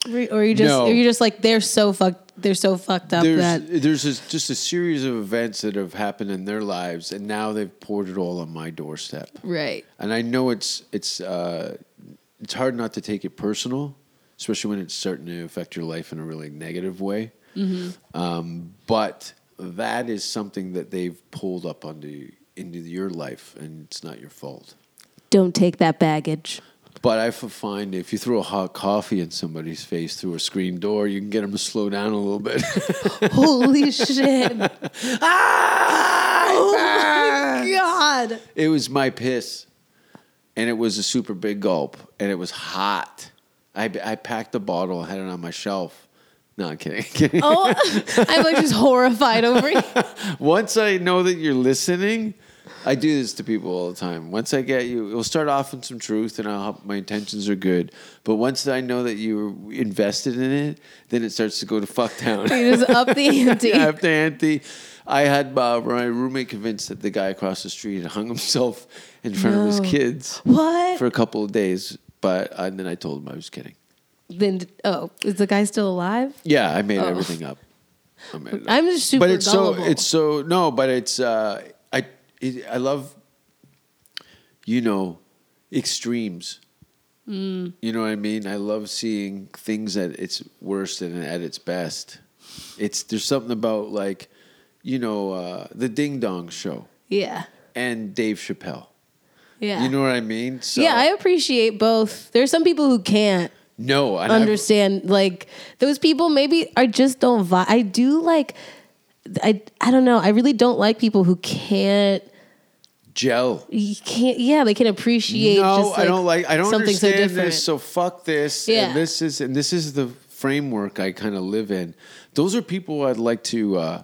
F: Or or you just,
G: No.
F: or you just like they're so fucked, they're so fucked up
G: there's
F: that
G: there's a, just a series of events that have happened in their lives, and now they've poured it all on my doorstep.
F: right.
G: and I know it's it's uh, it's hard not to take it personal, especially when it's starting to affect your life in a really negative way. Um, but that is something that they've pulled up onto into your life, and it's not your fault.
F: Don't take that
G: *laughs*
F: baggage.
G: But I f- find if you throw a hot coffee in somebody's face through a screen door, you can get them to slow down a little bit.
F: Holy shit!
G: *laughs* Ah! *laughs*
F: God.
G: It was my piss, and it was a super big gulp, and it was hot. I, I packed the bottle, had it on my shelf. No, I'm kidding. kidding. *laughs*
F: Oh, *laughs* I'm like just horrified over *laughs* you.
G: Once I know that you're listening, I do this to people all the time. Once I get you, it'll start off in some truth, and I'll hope my intentions are good. But once I know that you're invested in it, then it starts to go to fuck town.
F: *laughs* You just up the ante.
G: Yeah, *laughs* after Auntie, I had uh, my roommate convinced that the guy across the street hung himself in front of his
F: No.
G: kids
F: What?
G: for a couple of days, but and then I told him I was kidding.
F: then oh, is the guy still alive?
G: Yeah, I made everything up. I made it up.
F: Oh. I'm just super
G: but it's
F: gullible.
G: so it's so no, but it's uh, I it, I love you know extremes.
F: Mm.
G: You know what I mean? I love seeing things at its worst and at its best. It's there's something about like you know uh, the Ding Dong Show
F: yeah,
G: and Dave Chappelle.
F: yeah.
G: You know what I mean? So,
F: yeah, I appreciate both. There's some people who can't
G: no, and I've-
F: understand. like those people, maybe I just don't vibe. I do like. I I don't know. I really don't like people who can't.
G: gel.
F: You can't. Yeah, they can appreciate.
G: No,
F: just
G: I don't like. I don't
F: something so
G: understand
F: different.
G: this. So fuck this.
F: Yeah.
G: And this is and this is the framework I kind of live in. Those are people I'd like to, uh,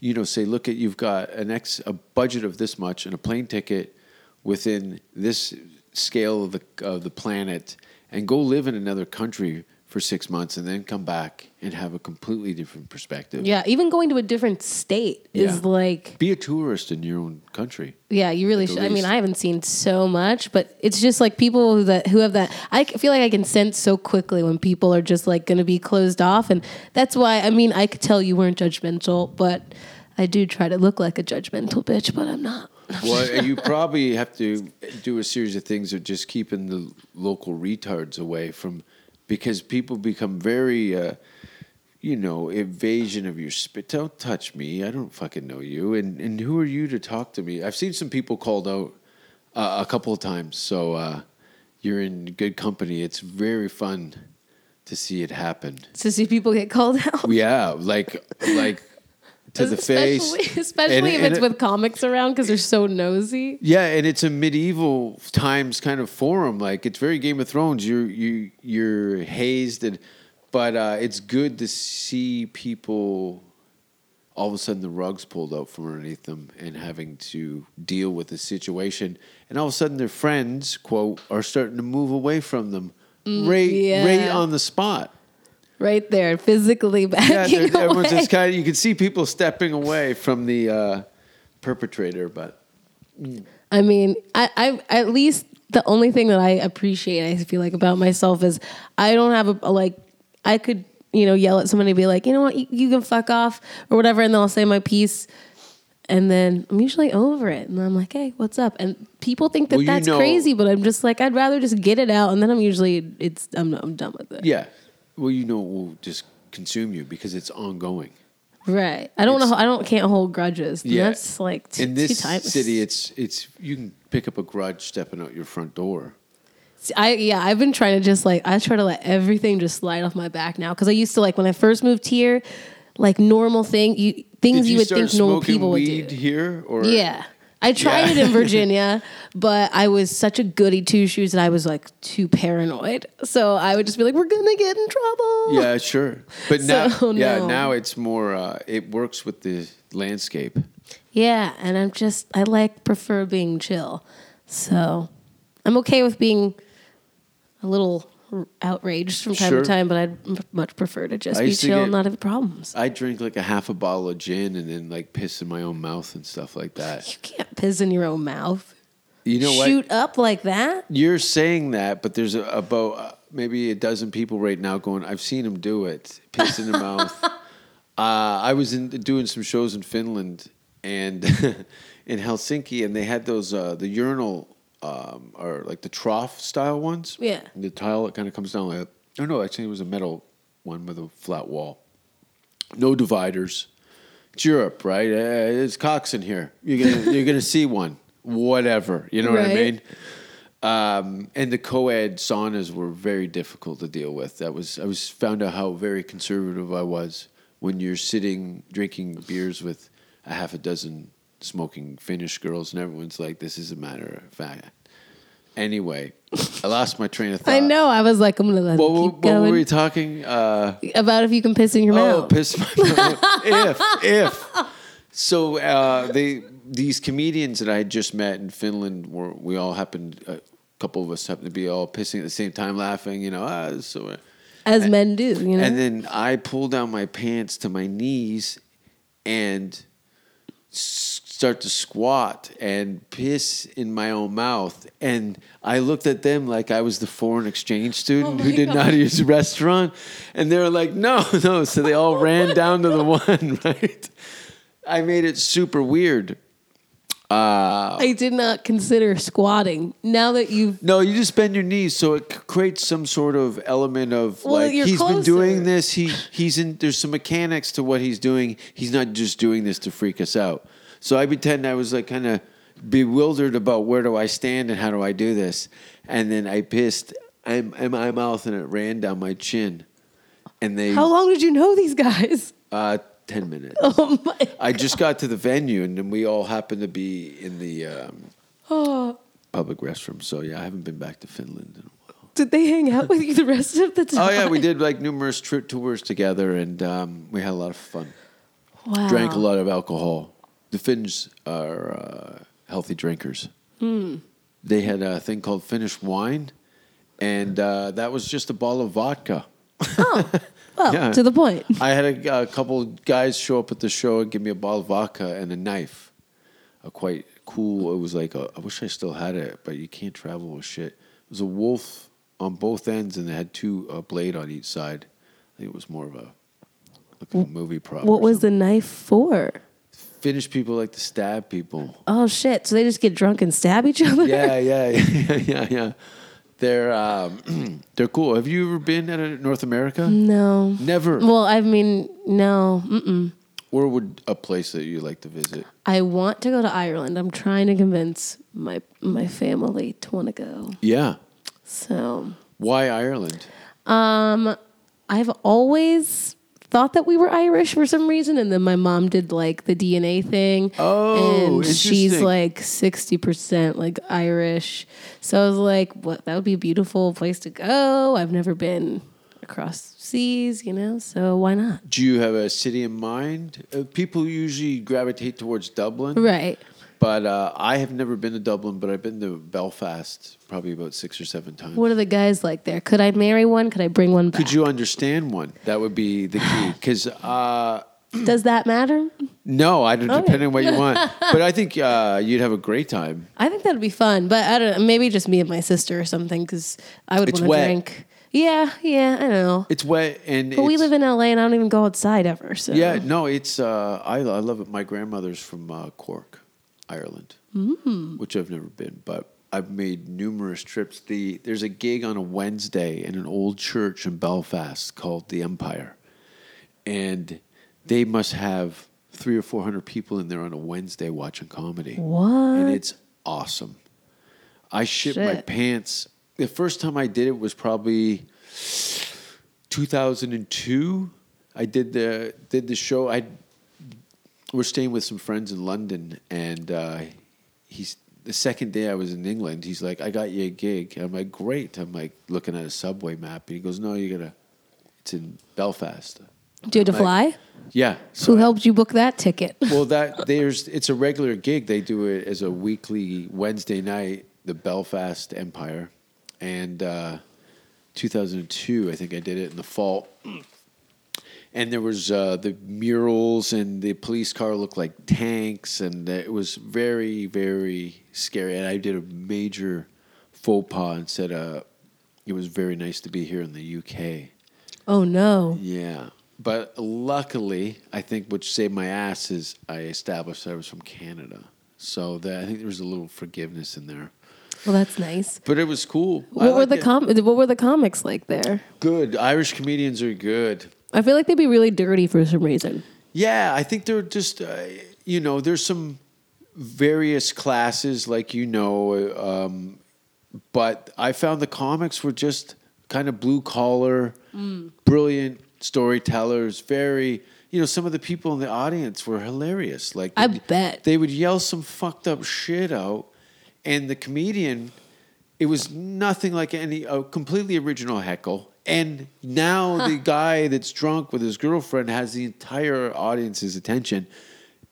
G: you know, say, look at you've got an ex a budget of this much and a plane ticket within this scale of the of the planet, and go live in another country for six months and then come back and have a completely different perspective.
F: Yeah, even going to a different state is
G: Yeah.
F: like
G: Be a tourist in your own country.
F: Yeah, you really
G: At the
F: should. I mean,
G: least.
F: I haven't seen so much, but it's just like people who that who have that. I c- feel like I can sense so quickly when people are just like going to be closed off, and that's why. I mean, I could tell you weren't judgmental, but I do try to look like a judgmental bitch, but I'm not. *laughs*
G: Well, you probably have to do a series of things of just keeping the local retards away from, because people become very, uh, you know, invasion of your spit. Don't touch me. I don't fucking know you. And and who are you to talk to me? I've seen some people called out uh, a couple of times. So uh, you're in good company. It's very fun to see it happen.
F: To see people get called out,
G: Yeah, like like to the
F: *laughs*
G: face,
F: especially, especially
G: And-
F: if
G: and
F: it's
G: it-
F: with comics around because they're so nosy.
G: yeah, and it's a medieval times kind of forum. Like it's very Game of Thrones. You're you you're hazed, and but uh, it's good to see people. All of a sudden, the rugs pulled out from underneath them, and having to deal with the situation. And all of a sudden, their friends, quote, are starting to move away from them, right, right
F: Mm, yeah.
G: on the
F: *laughs*
G: spot.
F: Right there, physically
G: Yeah,
F: backing
G: they're-
F: away.
G: everyone's just kind of. You can see people stepping away from the uh, perpetrator, but
F: I mean, I, I at least the only thing that I appreciate, I feel like about myself is I don't have a, a, like I could you know yell at somebody and be like, you know what, you, you can fuck off or whatever, and then I'll say my piece, and then I'm usually over it, and I'm like, hey, what's up? And people think that
G: Well, you
F: that's
G: know-
F: crazy, but I'm just like, I'd rather just get it out, and then I'm usually it's I'm I'm done with it.
G: Yeah. Well, you know, it will just consume you because it's ongoing.
F: Right. I don't know.
G: It's-
F: I don't can't hold grudges. And
G: Yeah.
F: That's like t-
G: In this
F: two times.
G: city, it's it's you can pick up a grudge stepping out your front door.
F: I yeah, I've been trying to just like I try to let everything just slide off my back now because I used to like when I first moved here, like normal thing you things you, would think normal people would
G: weed
F: do.
G: here? Or
F: Yeah. I tried
G: *laughs*
F: it in Virginia, but I was such a goody two shoes that I was like too paranoid. So I would just be like, "We're gonna get in trouble."
G: yeah, sure. But now,
F: *laughs* So, oh,
G: yeah,
F: no.
G: now it's more. Uh, it works with the landscape.
F: Yeah, and I'm just I like prefer being chill. So I'm okay with being a little r- outraged from time
G: Sure.
F: to time, but I'd m- much prefer to just
G: I
F: be
G: used to
F: chill
G: get-
F: and not have problems.
G: I drink like a half a bottle of gin and then like piss in my own mouth and stuff like that.
F: You can't piss in your own mouth.
G: You know what?
F: Shoot up like that?
G: you're saying that, but there's a, about uh, maybe a dozen people right now going, I've seen him do it, piss in
F: *laughs*
G: the mouth. Uh, I was in, doing some shows in Finland and *laughs* in Helsinki, and they had those uh, the urinal um, or like the trough style ones.
F: Yeah.
G: the tile that kind of comes down like. that. Oh no, actually, it was a metal one with a flat wall, no dividers. It's Europe, right? Uh, it's cocks in here. You're gonna you're gonna see one, whatever. You know what I
F: Right.
G: mean? Um, and the co-ed saunas were very difficult to deal with. That was I was found out how very conservative I was when you're sitting drinking beers with a half a dozen smoking Finnish girls, and everyone's like, "This is a matter of fact." Anyway, I lost my train of thought.
F: I know. I was like, I'm gonna let
G: Uh, What,
F: him
G: what,
F: keep
G: what were
F: going
G: we talking? Uh,
F: about if you can piss in your
G: Oh,
F: mouth.
G: piss my
F: *laughs*
G: mouth. if, if. So uh, they these comedians that I had just met in Finland were we all happened a couple of us happened to be all pissing at the same time, laughing. You know, ah, this is so.
F: As men do, you know.
G: And then I pull down my pants to my knees and s- start to squat and piss in my own mouth. And I looked at them like I was the foreign exchange student
F: Oh
G: who
F: my
G: did not
F: God.
G: use the restaurant. And they were like, no, no. So they all ran down to the *laughs* one, right? I made it super weird. oh.
F: I did not consider squatting. Now that you've
G: No, you just bend your knees, so it c- creates some sort of element of
F: Well,
G: like
F: you're
G: he's been
F: closer.
G: doing this. He he's in. There's some mechanics to what he's doing. He's not just doing this to freak us out. So I pretend I was like kind of bewildered about where do I stand and how do I do this, and then I pissed in in my mouth and it ran down my chin, and they
F: how long did you know these guys? *laughs*
G: uh, ten minutes.
F: Oh my
G: I just got to the venue and then we all happened to be in the um,
F: oh.
G: public restroom. So yeah, I haven't been back to Finland in a while.
F: Did they hang out with you the rest of the time?
G: *laughs* Oh yeah, we did like numerous tri- tours together, and um, we had a lot of fun.
F: Wow.
G: Drank a lot of alcohol. The Finns are uh, healthy drinkers. They had a thing called Finnish wine, and uh, that was just a bottle of vodka
F: Well,
G: Yeah.
F: to the point.
G: I had a, a couple guys show up at the show and give me a bottle of vodka and a knife. A quite cool. It was like a, I wish I still had it, but you can't travel with shit. It was a wolf on both ends, and it had two a blade on each side. I think it was more of a like a movie prop.
F: What was the knife for?
G: Finnish people like to stab people.
F: Oh shit! So they just get drunk and stab each other.
G: yeah, yeah, *laughs* yeah, yeah, yeah. They're um, *clears throat* they're cool. Have you ever been at a North
F: *laughs*
G: America?
F: No.
G: Never.
F: Mm. Well, I mean, no. Mm-mm.
G: Or would a place that you like to visit?
F: I want to go to Ireland. I'm trying to convince my my family to want to go.
G: Yeah.
F: So
G: Why Ireland?
F: I've always thought that we were Irish for some reason, and then my mom did like the DNA thing.
G: Oh,
F: and she's
G: interesting.
F: like sixty percent like Irish. So I was like, "What? That would be a beautiful place to go." I've never been across seas, you know. So why not?
G: Do you have a city in mind? Uh, people usually gravitate towards Dublin,
F: Right.
G: but uh, I have never been to Dublin, but I've been to Belfast probably about six or seven times.
F: What are the guys like there? Could I marry one? Could I bring one back?
G: Could you understand one? That would be the key. Because uh,
F: Does that matter?
G: no, I
F: Oh,
G: don't. Depending on what you
F: *laughs*
G: want, but I think uh, you'd have a great time.
F: I think that'd be fun, but I don't know. Maybe just me and my sister or something because I would
G: It's
F: want to
G: wet.
F: drink. Yeah, yeah, I know.
G: It's wet and
F: But we
G: it's-
F: live in LA and I don't even go outside ever. So
G: Yeah, no, it's uh, I, I love it. My grandmother's from uh, Cork, Ireland, which I've never been, but I've made numerous trips. The there's a gig on a Wednesday in an old church in Belfast called the Empire, and they must have three or four hundred people in there on a Wednesday watching comedy. And
F: What?
G: it's awesome. I shit, my
F: Shit.
G: pants. The first time I did it was probably 2002. I did the did the show. I we're staying with some friends in London, and uh, he's the second day I was in England. He's like, "I got you a gig." I'm like, "Great!" I'm like looking at a subway map, and he goes, "No, you gotta." It's in Belfast.
F: Do you have to
G: I'm like-
F: fly?
G: Yeah.
F: Who
G: So
F: helped you book that ticket?
G: well, that there's it's a regular gig. They do it as a weekly Wednesday night, the Belfast Empire, and uh, 2002, I think I did it in the fall. And there was uh, the murals, and the police car looked like tanks, and it was very, very scary. And I did a major faux pas and said, uh, "It was very nice to be here in the UK."
F: *laughs* Oh no.
G: Yeah. But luckily, I think what saved my ass is I established that I was from Canada. So that I think there was a little forgiveness in there.
F: Well, that's nice.
G: But it was cool. I
F: What were
G: liked
F: the
G: it.
F: com- What were the comics like there?
G: good Irish comedians are good.
F: I feel like they'd be really dirty for some reason.
G: Yeah, I think they're just uh, you know there's some various classes like you know, um, but I found the comics were just kind of blue collar,
F: Mm.
G: brilliant storytellers. Very you know some of the people in the audience were hilarious. Like
F: I bet.
G: they would yell some fucked up shit out, and the comedian. It was nothing like any a completely original heckle. And now the guy that's drunk with his girlfriend has the entire audience's attention.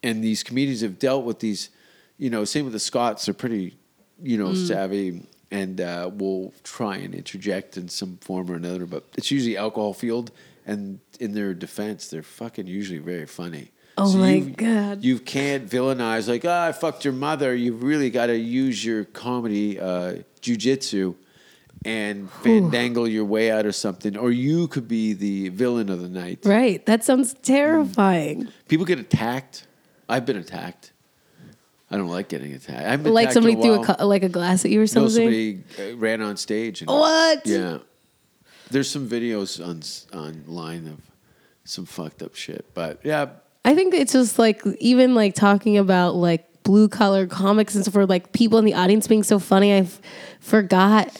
G: And these comedians have dealt with these, you know, same with the Scots, they're pretty, you know,
F: Mm.
G: savvy and uh, will try and interject in some form or another, but it's usually alcohol fueled. And in their defense, they're fucking usually very funny.
F: Oh my
G: you-
F: God.
G: You can't villainize like, ah, I fucked your mother. You've really got to use your comedy uh, jujitsu and fandangle your way out of something, or you could be the villain of the night.
F: Right. That sounds terrifying.
G: People get attacked. I've been attacked. I don't like getting attacked. I haven't been
F: Like
G: attacked in
F: somebody threw a
G: while.
F: cu- like a glass at you or
G: No,
F: something.
G: somebody uh, ran on stage. And,
F: What?
G: Yeah. There's some videos on s- online of some fucked up shit, but yeah,
F: I think it's just like even like talking about like blue collar comics and so forth, like people in the audience being so funny. I f- forgot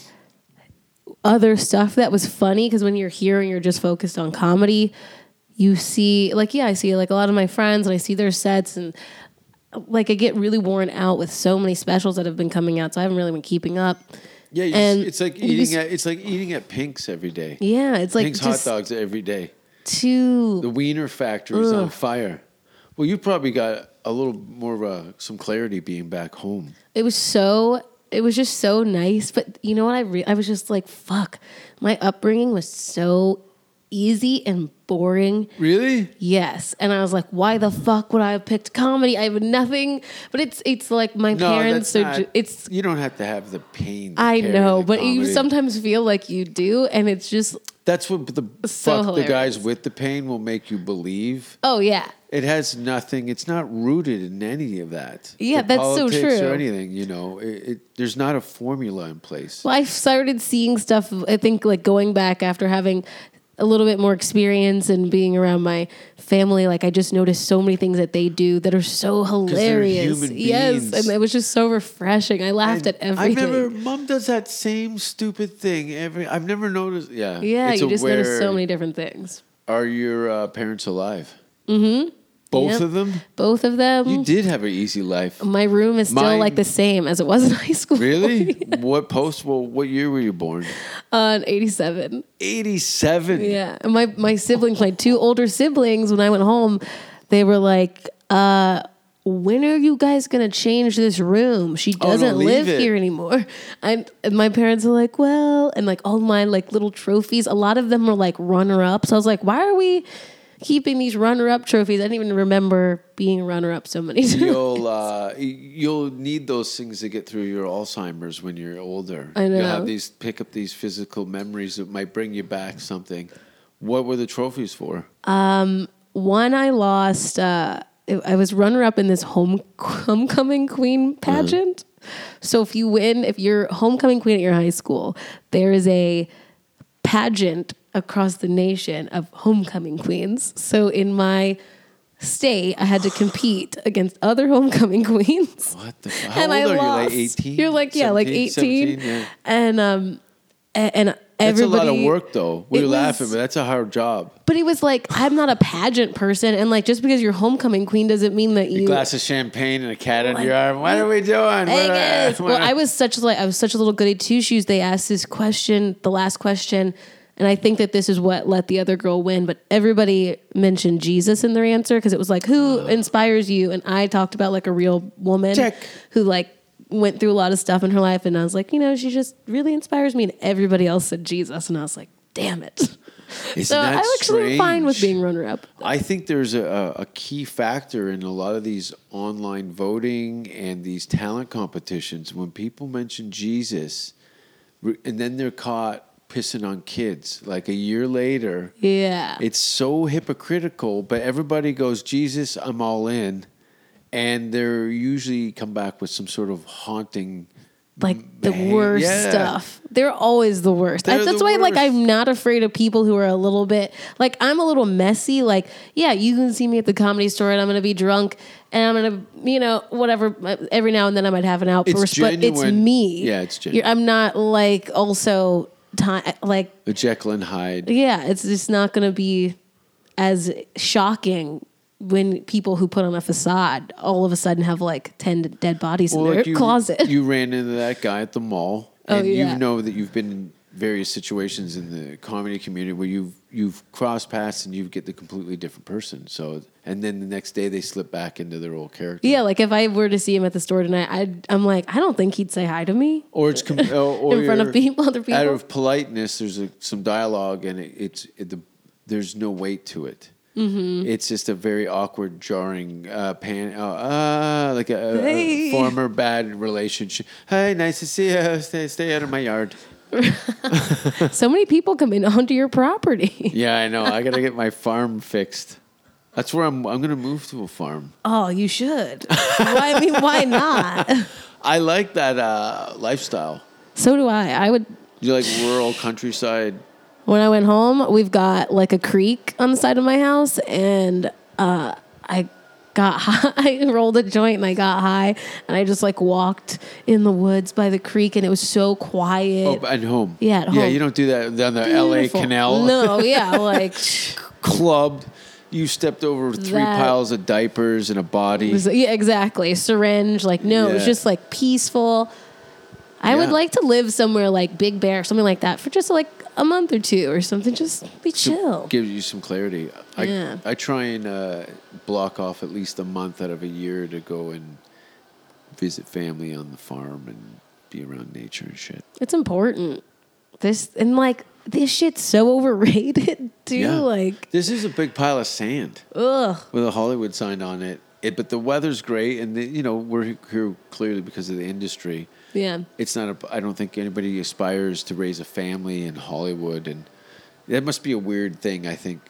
F: other stuff that was funny because when you're here and you're just focused on comedy, you see like yeah, I see like a lot of my friends and I see their sets and like I get really worn out with so many specials that have been coming out, so I haven't really been keeping up.
G: yeah. You
F: And
G: s- it's like
F: you just-
G: eating. At, it's like eating at Pink's every day.
F: Yeah, it's like
G: Pink's
F: just
G: hot dogs every day.
F: too
G: The Wiener factory is on fire. Well, you probably got a little more of a, some clarity being back home.
F: it was so it was just so nice but you know what i re- i was just like fuck my upbringing was so easy and boring.
G: Really?
F: Yes. And I was like, why the fuck would I have picked comedy? I have nothing. But it's it's like my parents
G: that's
F: are.
G: not-
F: ju- it's
G: you don't have to have the pain. that
F: I
G: carries
F: know,
G: the
F: but you
G: comedy.
F: sometimes feel like you do, and it's just
G: That's what the
F: So
G: fuck the guys
F: hilarious.
G: with the pain will make you believe.
F: oh yeah,
G: It has nothing. It's not rooted in any of that.
F: Yeah,
G: The
F: that's so
G: politics
F: true.
G: Or anything, you know, it, it, there's not a formula in place.
F: Well, I started seeing stuff. I think like going back after having a little bit more experience and being around my family, like I just noticed so many things that they do that are so
G: they're
F: hilarious.
G: human
F: yes,
G: beings.
F: and it was just so refreshing. I laughed at
G: And
F: everything.
G: I remember mom does that same stupid thing every. I've never noticed. Yeah,
F: yeah,
G: It's
F: you just notice
G: aware-
F: so many different things.
G: Are your uh, parents alive? Mm-hmm. Both
F: Yep. Mm-hmm.
G: of them.
F: Both of them.
G: You did have an easy life.
F: *laughs* My room is still
G: Mine-
F: like the same as it was in high school.
G: Really?
F: Oh,
G: What post? Well, what year were you born?
F: *laughs* On eighty-seven.
G: 87.
F: Yeah, And my my siblings, my two older siblings, when I went home, they were like, uh, "When are you guys gonna change this room? She
G: Oh, no,
F: doesn't
G: leave
F: live
G: it."
F: here anymore." *laughs* And, and my parents were like, "Well," and like all my like little trophies, a lot of them were like runner ups. I was like, "Why are we keeping these runner up trophies?" I didn't even remember being a runner up so many *laughs* times.
G: You'll uh, y- you'll need those things to get through your Alzheimer's when you're older.
F: I
G: You'll
F: know.
G: have these pick up these physical memories that might bring you back something. What were the trophies for?
F: One I lost. Uh, it- I was runner up in this home homecoming queen
G: Mm-hmm.
F: pageant. So if you win, if you're homecoming queen at your high school, there is a pageant across the nation of homecoming queens. So in my state, I had to
G: *sighs*
F: compete against other homecoming *laughs* queens.
G: What the? How old are you? Like eighteen?
F: You're like yeah, like
G: 17,
F: eighteen,
G: 17? Yeah.
F: and um, a- and
G: That's a
F: everybody.
G: lot of work, though. We
F: It
G: were
F: was-
G: laughing, but that's a hard job.
F: But it was like I'm not a pageant person, and like just because you're homecoming queen doesn't mean that
G: A
F: you.
G: glass of champagne and a cat under your arm. What are we doing?
F: Hey,
G: What are- *laughs*
F: guys. Well, I was such like I was such a little goody two shoes. They asked this question, the last question, and I think that this is what let the other girl win. But everybody mentioned Jesus in their answer because it was like who inspires you, and I talked about like a real woman
G: Oh. Check.
F: who like went through a lot of stuff in her life, and I was like, you know, she just really inspires me, and everybody else said Jesus, and I was like, damn it.
G: Isn't
F: So I
G: that
F: actually am fine with
G: strange?
F: being runner up.
G: I think there's a- a, a key factor in a lot of these online voting and these talent competitions. When people mention Jesus, re- and then they're caught pissing on kids, like a year later,
F: Yeah.
G: it's so hypocritical. But everybody goes, Jesus, I'm all in, and they're usually come back with some sort of haunting.
F: like the
G: Man,
F: worst
G: yeah.
F: stuff. They're always the worst. I-
G: They're
F: that's
G: the
F: why, like,
G: worst.
F: I'm not afraid of people who are a little bit like I'm a little messy. Like, yeah, you can see me at the comedy store, and I'm gonna be drunk, and I'm gonna, you know, whatever. uh, Every now and then, I might have an outburst, but it's
G: genuine.
F: me.
G: Yeah, it's
F: You're- I'm not like also time like
G: The Jekyll and Hyde.
F: yeah, it's just not going to be as shocking when people who put on a facade all of a sudden have like 10 dead bodies in their
G: like you,
F: *laughs* closet.
G: You ran into that guy at the mall,
F: Oh,
G: and
F: yeah.
G: you know that you've been in various situations in the comedy community where you've you've crossed paths and you get the completely different person. So, and then the next day they slip back into their old character,
F: yeah, like if I were to see him at the store tonight, I'd, I'm like, I don't think he'd say hi to me.
G: or
F: *laughs*
G: it's com- or, or
F: In front of
G: you're-
F: people- other
G: Out
F: people.
G: of politeness, there's a, some dialogue, and it, it's it, the, there's no weight to it.
F: Mm-hmm.
G: It's just a very awkward, jarring uh, pan, uh, uh, like a, a- a
F: Hey.
G: former bad relationship. Hey, nice to see you. Stay, stay out of my yard.
F: So many people come in *laughs* onto your property.
G: Yeah, I know. I gotta get my farm fixed. That's where I'm. I'm gonna move to a farm.
F: Oh, you should. why, I mean, why not?
G: I like that uh, lifestyle.
F: *laughs* So do I. I would
G: You like rural countryside.
F: When I went home, we've got like a creek on the side of my house, and uh, I got *laughs* high. I rolled a joint and I got high, and I just like walked in the woods by the creek, and it was so quiet.
G: Oh, at home.
F: Yeah, at
G: Yeah,
F: home.
G: you don't do that down the
F: Beautiful.
G: L.A. Canal. *laughs*
F: No, yeah, like *laughs*
G: Clubbed. You stepped over three
F: That-
G: piles of diapers and a body.
F: it was- yeah, exactly. Syringe, like no, it was
G: Yeah.
F: just like peaceful. I would
G: Yeah.
F: like to live somewhere like Big Bear, something like that, for just like a month or two or something. Just be chill.
G: Gives you some clarity. I,
F: Yeah.
G: I try and uh, block off at least a month out of a year to go and visit family on the farm and be around nature and shit.
F: It's important. This and like this shit's so *laughs* overrated, dude. Like,
G: this is a big pile of sand
F: ugh.
G: with a Hollywood sign on it. It, but the weather's great, and the, you know we're here clearly because of the industry.
F: Yeah.
G: It's not. A, I don't think anybody aspires to raise a family in Hollywood, and that must be a weird thing. I think,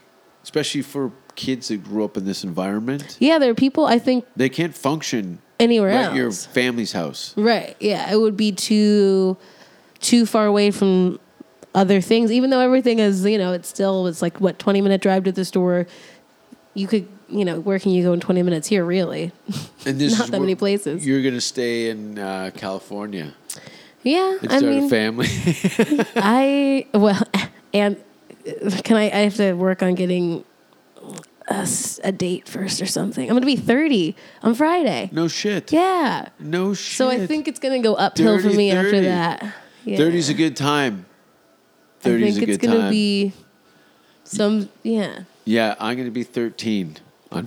G: especially for kids that grew up in this environment,
F: Yeah, there are people I think
G: they can't function
F: anywhere
G: at
F: else.
G: your family's house.
F: *laughs* Right. Yeah, it would be too too far away from other things. Even though everything is, you know, it's still it's like what twenty minute drive to the store. You could, you know, where can you go in twenty minutes here? Really? *laughs*
G: And this
F: Not that
G: is where
F: many places.
G: You're gonna stay in uh, California
F: Yeah,
G: and
F: I
G: start a
F: mean,
G: family.
F: *laughs* I well, *laughs* and uh, can I? I have to work on getting a, s- a date first or something. I'm gonna be thirty on Friday.
G: no shit.
F: Yeah,
G: No shit.
F: so I think it's gonna go uphill for
G: 30,
F: me
G: 30.
F: after that. Yeah.
G: thirty's a good time.
F: I
G: Thirty's
F: think
G: a good
F: it's gonna
G: time.
F: be some. Yeah.
G: yeah, I'm gonna be thirteen on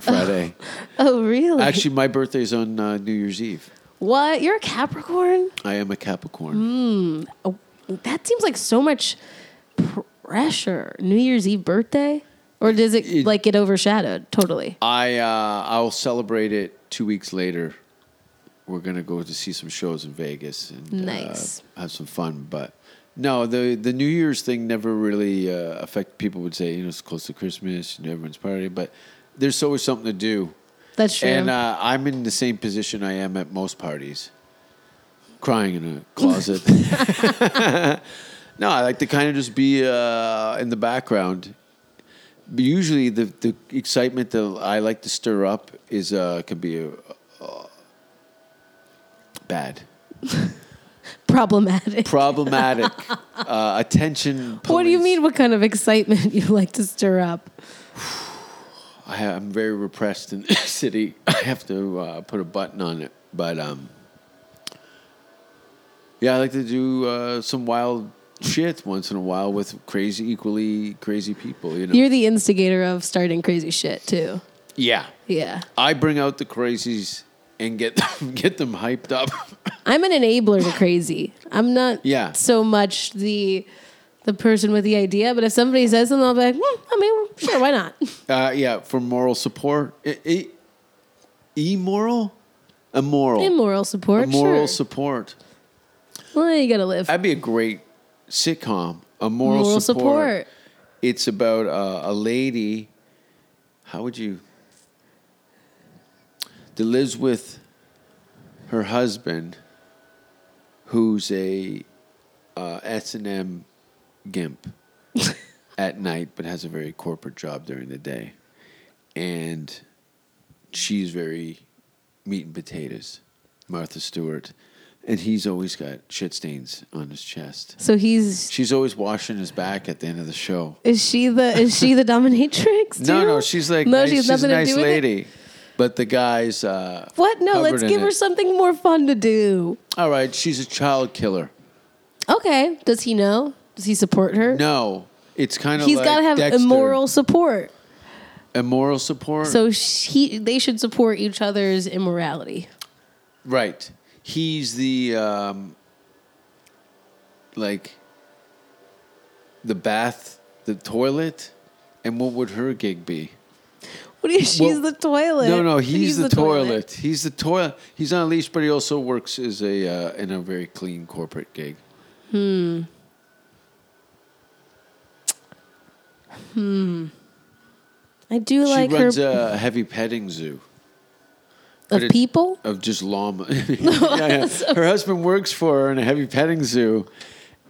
F: *laughs*
G: Friday.
F: Oh really?
G: Actually, my birthday's on uh, New Year's Eve.
F: What? You're a Capricorn?
G: I am a Capricorn.
F: Oh, that seems like so much pressure. New Year's Eve birthday? Or does it,
G: It-
F: like get overshadowed totally?
G: I uh, I'll celebrate it two weeks later. We're gonna go to see some shows in Vegas and uh,
F: Nice.
G: have some fun. But no, the the New Year's thing never really uh, affect. People would say you know it's close to Christmas, you know, everyone's party, but there's always something to do.
F: That's true.
G: And uh, I'm in the same position I am at most parties, crying in a closet. *laughs* no, I like to kind of just be uh, in the background. But usually, the, the excitement that I like to stir up is uh, can be uh, bad,
F: Problematic. *laughs*
G: problematic, uh, attention.
F: what do you
G: police.
F: mean? What kind of excitement *laughs* you like to stir up?
G: I ha- I'm very repressed in *laughs* the city. I have to uh, put a button on it, but um, yeah, I like to do uh, some wild shit once in a while with crazy, equally crazy people. You know,
F: You're the instigator of starting crazy shit too.
G: yeah,
F: Yeah.
G: I bring out the crazies and get *laughs* them, get them hyped up. *laughs*
F: I'm an enabler to crazy. I'm not
G: Yeah.
F: so much the the person with the idea, but if somebody says something, I'll be like, "Hmm, I mean, sure, why
G: *laughs*
F: not?
G: uh, yeah, for moral support, I- I- immoral, immoral,
F: Immoral support.
G: immoral
F: sure.
G: support.
F: Well, you gotta live.
G: That'd be a great sitcom. A moral,
F: Moral
G: support.
F: support.
G: It's about uh, a lady. How would you? That lives with her husband, who's a uh, S and M gimp at night, but has a very corporate job during the day, and she's very meat and potatoes, Martha Stewart, and he's always got shit stains on his chest.
F: So he's
G: She's always washing his back at the end of the show.
F: is she the is she the dominatrix? Too?
G: *laughs* No, no, she's like
F: no,
G: nice-
F: she has
G: she's a
F: nothing
G: nice
F: to do With it?
G: lady. But the guy's uh,
F: What? No, let's
G: covered in
F: give her
G: it.
F: something more fun to do.
G: All right, she's a child killer.
F: Okay, does he know? Does he support her?
G: No, it's kind of
F: he's
G: like
F: got to have
G: Dexter.
F: immoral support.
G: immoral support.
F: So she they should support each other's immorality.
G: right, he's the um, like the bath, the toilet, and what would her gig be?
F: What if she's
G: Well,
F: the toilet?
G: No, no, he's, the, toilet. He's the toilet. He's on a leash, but he also works as a uh, in a very clean corporate gig.
F: I do
G: she
F: like
G: runs
F: her
G: a heavy petting zoo
F: of
G: it-
F: people.
G: of just llama. *laughs* Yeah, yeah. Her husband works for her in a heavy petting zoo,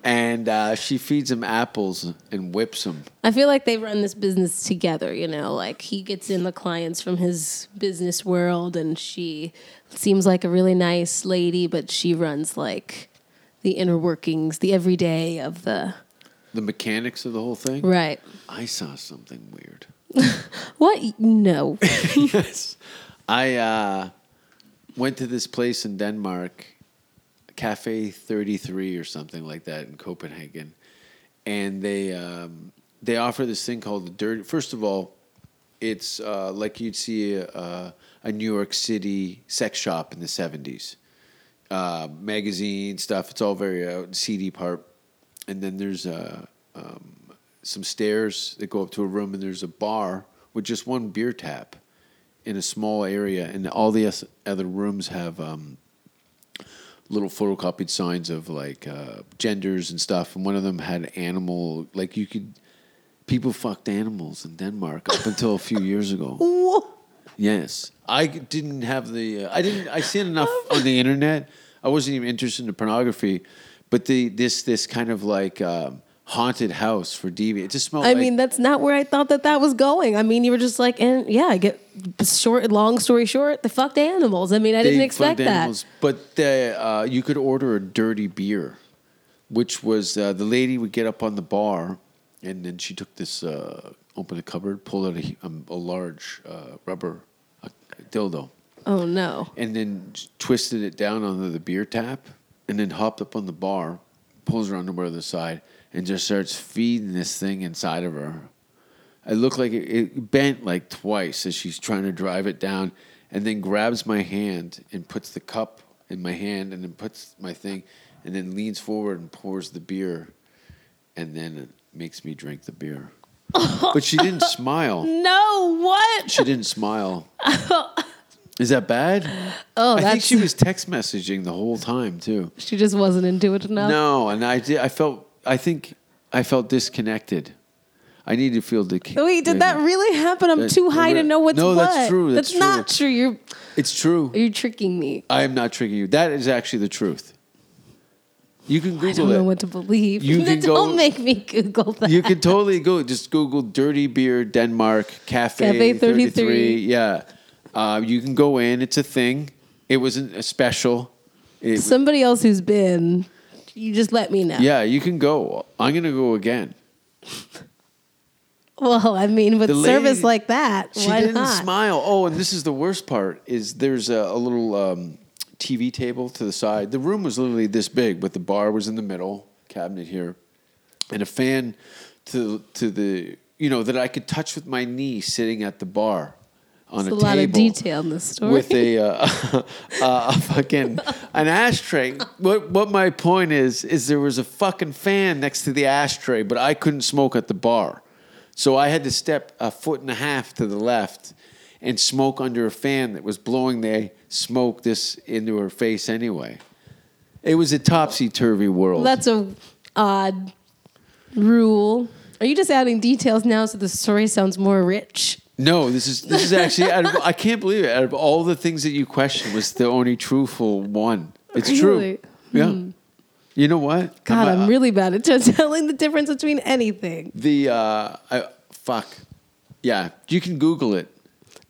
G: and uh, she feeds him apples and whips him.
F: I feel like they run this business together, you know, like he gets in the clients from his business world and she seems like a really nice lady, but she runs like the inner workings, the everyday of the
G: The mechanics of the whole thing.
F: right.
G: I saw something weird.
F: What
G: *laughs*
F: no.
G: yes. I uh, went to this place in Denmark, Cafe 33 or something like that in Copenhagen, and they um, they offer this thing called the dirty. First of all, it's uh, like you'd see a, a, a New York City sex shop in the 70s. Uh, magazine stuff. It's all very uh, CD part, and then there's a um, some stairs that go up to a room, and there's a bar with just one beer tap in a small area, and all the os- other rooms have um, little photocopied signs of like uh, genders and stuff, and one of them had animal, like you could. People fucked animals in Denmark up until a few
F: *laughs*
G: years ago. Yes, I didn't have the. Uh, I didn't. I
F: *laughs*
G: seen enough on the internet. I wasn't even interested in pornography, but the this this kind of like um, haunted house for DV. It just smelled.
F: I
G: like,
F: mean, that's not where I thought that that was going. I mean, you were just like, and yeah, I get short. Long story short, the fucked animals. I mean, I didn't
G: they
F: expect
G: fucked
F: that.
G: animals, But the, uh, you could order a dirty beer, which was uh, the lady would get up on the bar, and then she took this, uh, opened a cupboard, pulled out a, hu- um, a large uh, rubber uh dildo,
F: Oh no!
G: and then j- twisted it down onto the beer tap, and then hopped up on the bar, pulls her underwear to the side, and just starts feeding this thing inside of her. It looked like it, it bent like twice as she's trying to drive it down, and then grabs my hand and puts the cup in my hand, and then puts my thing, and then leans forward and pours the beer, and then it makes me drink the beer. but she didn't smile.
F: No, what?
G: She didn't smile. Is that bad?
F: Oh,
G: I think
F: that's
G: she was text messaging the whole time too.
F: she just wasn't into it enough.
G: No, and I did. I felt. I think I felt disconnected. I need to feel disconnected.
F: Wait, Oh, did that really happen? I'm
G: That-
F: too high to know what's
G: No,
F: what.
G: that's true, that's true.
F: not true. You're
G: It's true.
F: you're tricking me.
G: I am not tricking you. That is actually the truth. You can Google
F: I don't
G: it.
F: know what to believe. *laughs*
G: You can
F: don't
G: go-
F: make me Google that. *laughs*
G: you can totally go. Just Google "dirty beer Denmark cafe,
F: Cafe
G: 33.
F: 33.
G: Yeah, uh, you can go in. It's a thing. It wasn't a special. It,
F: Somebody else who's been. You just let me know.
G: yeah, you can go. I'm gonna go again.
F: Well, I mean, with
G: The lady-
F: service like that,
G: She
F: why
G: didn't
F: not?
G: smile. Oh, and this is the worst part: is there's a, a little um, TV table to the side. The room was literally this big, but the bar was in the middle, cabinet here, and a fan to to the you know that I could touch with my knee sitting at the bar on
F: It's
G: a,
F: a lot of
G: table
F: detail in this story.
G: with a, uh, *laughs* a fucking an ashtray. What what my point is is there was a fucking fan next to the ashtray, but I couldn't smoke at the bar, so I had to step a foot and a half to the left and smoke under a fan that was blowing the smoke this into her face anyway. It was a topsy turvy world.
F: *laughs* That's a odd rule. Are you just adding details now so the story sounds more rich?
G: No, this is this is actually out of, I can't believe it. Out of all the things that you questioned, was the only truthful one. It's
F: Really? Hmm.
G: true. Yeah. You know what?
F: God, I'm,
G: uh,
F: really bad at *laughs* just telling the difference between anything.
G: the uh, I, fuck. Yeah, you can Google it.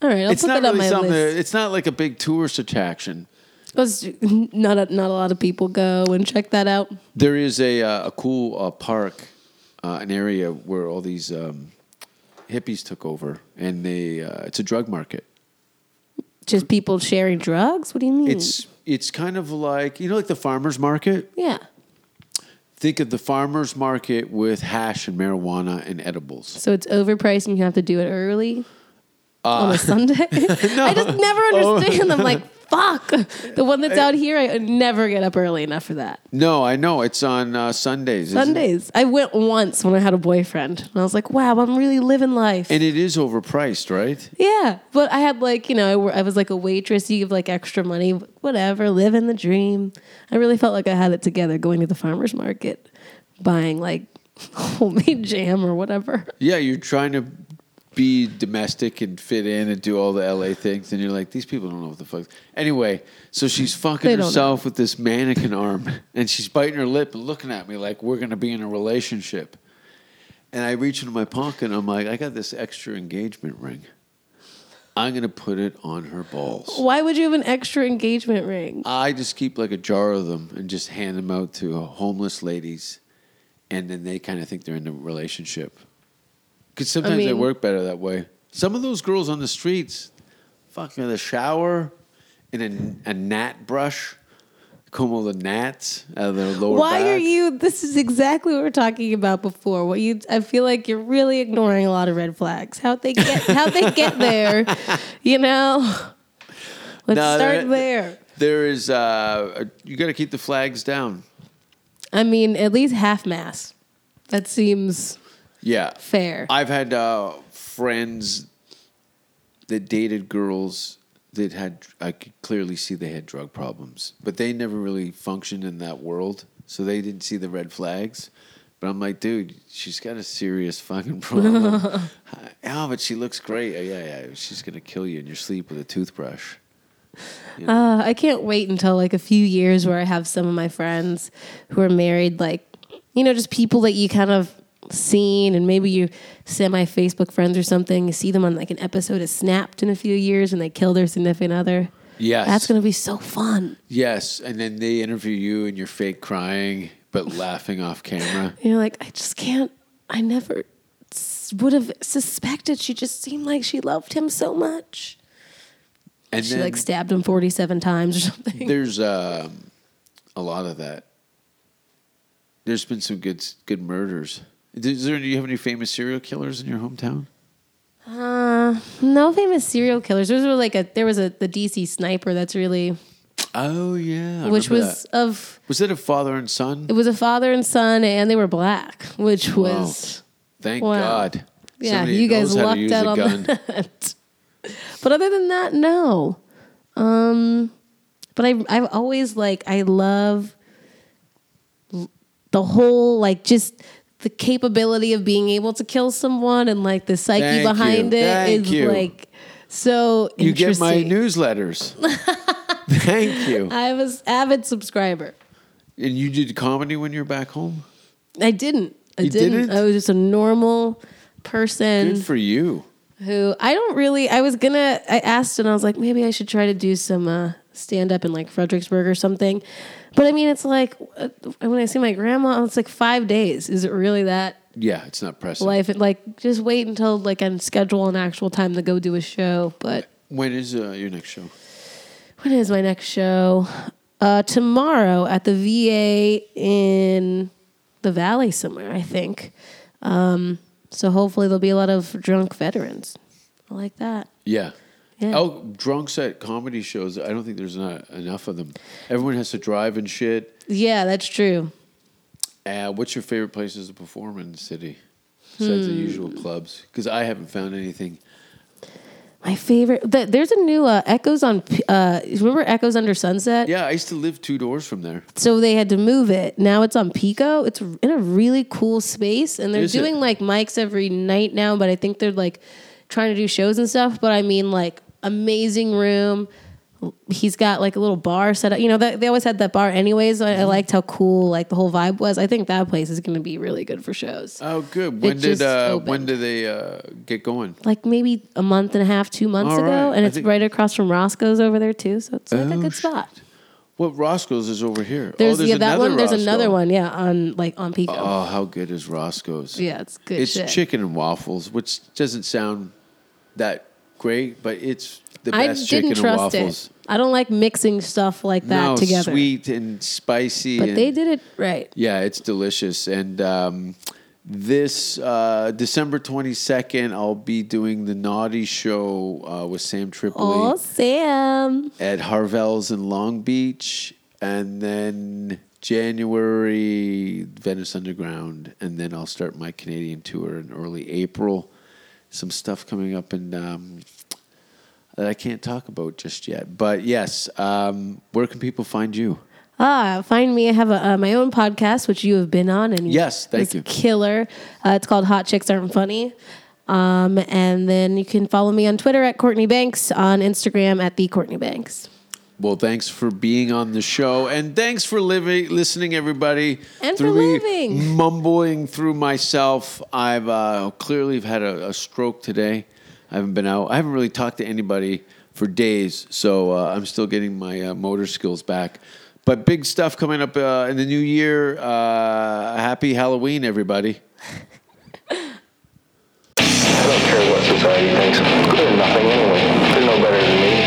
F: All right, I'll
G: it's
F: put
G: not
F: that on
G: really
F: my
G: something.
F: list.
G: it's not like a big tourist attraction.
F: Let's do- *laughs* not a, not a lot of people go and check that out.
G: There is a uh, a cool uh, park, uh, an area where all these um, hippies took over, and they uh, it's a drug market.
F: Just people sharing drugs. What do you mean?
G: It's it's kind of like you know like the farmers market.
F: yeah.
G: think of the farmers market with hash and marijuana and edibles.
F: So it's overpriced and you have to do it early
G: Uh,
F: on a
G: *laughs*
F: Sunday. *laughs* I just never
G: Oh.
F: understand. I'm like, fuck. The one that's out here, I never get up early enough for that.
G: No, I know it's on uh, Sundays. isn't it?
F: Sundays. I went once when I had a boyfriend, and I was like, "Wow, I'm really living life."
G: and it is overpriced, right?
F: yeah, but I had like you know I, wor- I was like a waitress. You give like extra money, whatever, living the dream. I really felt like I had it together going to the farmers market, buying like *laughs* homemade jam or whatever.
G: Yeah, you're trying to be domestic and fit in and do all the LA things, and you're like, these people don't know what the fuck. Anyway, so she's
F: They
G: fucking
F: don't
G: herself with this mannequin arm, *laughs* and she's biting her lip and looking at me like we're gonna be in a relationship. And I reach into my pocket, and I'm like, I got this extra engagement ring. I'm gonna put it on her balls.
F: Why would you have an extra engagement ring?
G: I just keep like a jar of them and just hand them out to homeless ladies, and then they kind of think they're in a relationship. Because sometimes they
F: mean-
G: work better that way. Some of those girls on the streets, fucking the shower, and a, a gnat brush, comb all the gnats out of their lower
F: Why are
G: back.
F: you? This is exactly what we were talking about before. What you? I feel like you're really ignoring a lot of red flags. How they get? How they
G: *laughs*
F: get there? You know. Let's
G: No,
F: start
G: there-
F: there.
G: There is, uh, a- you got to keep the flags down.
F: I mean, at least half mass. That seems.
G: Yeah.
F: fair.
G: I've had uh, friends that dated girls that had, I could clearly see they had drug problems, but they never really functioned in that world. So they didn't see the red flags. But I'm like, dude, she's got a serious
F: *laughs*
G: fucking problem. oh, but she looks great. Oh, yeah, yeah. She's going to kill you in your sleep with a toothbrush.
F: Uh, I can't wait until like a few years where I have some of my friends who are married, like, you know, just people that you kind of seen and maybe you semi Facebook friends or something. You see them on like an episode of Snapped in a few years and they kill their significant other.
G: Yes.
F: That's going to be so fun.
G: Yes. And then they interview you and you're fake crying, but laughing off camera.
F: And you're like, I just can't, I never s- would have suspected. She just seemed like she loved him so much. *laughs*
G: And
F: She
G: then
F: like stabbed him 47 times or
G: *laughs*
F: something.
G: There's um, a lot of that. There's been some good good murders. Is there, do you have any famous serial killers in your hometown?
F: Uh, no famous serial killers. There was like a there was a the DC sniper that's really
G: Oh yeah, I
F: which
G: remember
F: was
G: that.
F: of
G: was it a father and son?
F: it was a father and son and they were black, which was
G: Thank
F: wow.
G: God.
F: yeah
G: Somebody
F: you guys
G: knows how
F: lucked
G: to use
F: out
G: a
F: on
G: gun.
F: *laughs* that. but other than that, no. Um, but I I've always like I love l- the whole like just. The capability of being able to kill someone and like the psyche
G: Thank you.
F: behind it is
G: Thank you.
F: like so
G: You get my
F: interesting.
G: newsletters.
F: *laughs*
G: Thank you.
F: I was avid subscriber.
G: And you did comedy when you're back home.
F: I didn't. I
G: You
F: didn't.
G: didn't?
F: I was just a normal person
G: Good for you.
F: who I don't really. I was gonna. I asked and I was like, maybe I should try to do some uh, stand up in like Fredericksburg or something. But I mean, it's like uh, when I see my grandma, it's like five days. Is it really that
G: Yeah, it's not pressing.
F: life? And like, just wait until like I'm schedule an actual time to go do a show. But
G: When is uh, your next show?
F: when is my next show? Uh, tomorrow at the VA in the Valley somewhere, I think. Um, so hopefully there'll be a lot of drunk veterans. I like that.
G: Yeah.
F: Yeah.
G: Oh, drunks at comedy shows. I don't think there's not enough of them. Everyone has to drive and shit.
F: Yeah, that's true.
G: Uh, what's your favorite places to perform in the city? Besides
F: Hmm.
G: the usual clubs? Because I haven't found anything.
F: My favorite. The, there's a new uh, Echoes on. P- Uh, remember Echoes Under Sunset?
G: Yeah, I used to live two doors from there.
F: So they had to move it. Now it's on Pico. It's in a really cool space, and they're
G: Is it?
F: doing like mics every night now. But I think they're like trying to do shows and stuff. But I mean, like amazing room. He's got like a little bar set up. You know, that, they always had that bar anyways.
G: Mm-hmm.
F: I, I liked how cool like the whole vibe was. I think that place is going to be really good for shows.
G: Oh, good. When
F: just
G: did uh, when
F: opened.
G: did they uh, get going?
F: like maybe a month and a half, two months
G: All
F: ago,
G: right.
F: and
G: I
F: it's
G: think-
F: right across from Roscoe's over there too. So it's like a
G: Oh,
F: good
G: shit.
F: spot.
G: Well, Roscoe's is over here.
F: There's,
G: oh, there's
F: yeah that
G: another
F: one. There's another
G: Roscoe.
F: one. Yeah, on like on Pico.
G: Oh, how good is Roscoe's?
F: Yeah, it's good.
G: it's
F: shit.
G: chicken and waffles, which doesn't sound that great, but it's the
F: I
G: best chicken
F: didn't trust
G: and waffles.
F: it. I don't like mixing stuff like that
G: no,
F: together.
G: sweet and spicy.
F: but
G: and-
F: they did it right.
G: Yeah, it's delicious. And um, this uh, December 22nd, I'll be doing the Naughty Show uh, with Sam Tripoli
F: Oh, Sam.
G: at Harvell's in Long Beach. And then January, Venice Underground. And then I'll start my Canadian tour in early April. Some stuff coming up in. Um, that I can't talk about just yet, but yes. Um, where can people find you?
F: Ah, find me. I have a, uh, my own podcast, which you have been on, and
G: Yes, thank
F: it's
G: you.
F: Killer. Uh, it's called Hot Chicks Aren't Funny. Um, and then you can follow me on Twitter at Courtney Banks, on Instagram at the Courtney Banks.
G: Well, thanks for being on the show, and thanks for living, listening, everybody.
F: And
G: Through
F: for
G: me
F: living.
G: mumbling through myself. I've uh, clearly have had a, a stroke today. I haven't been out. I haven't really talked to anybody for days, so uh, I'm still getting my uh, motor skills back. But big stuff coming up uh, in the new year. Uh, happy Halloween, everybody.
B: I don't care what society thinks. They're nothing anyway. They're no better than me.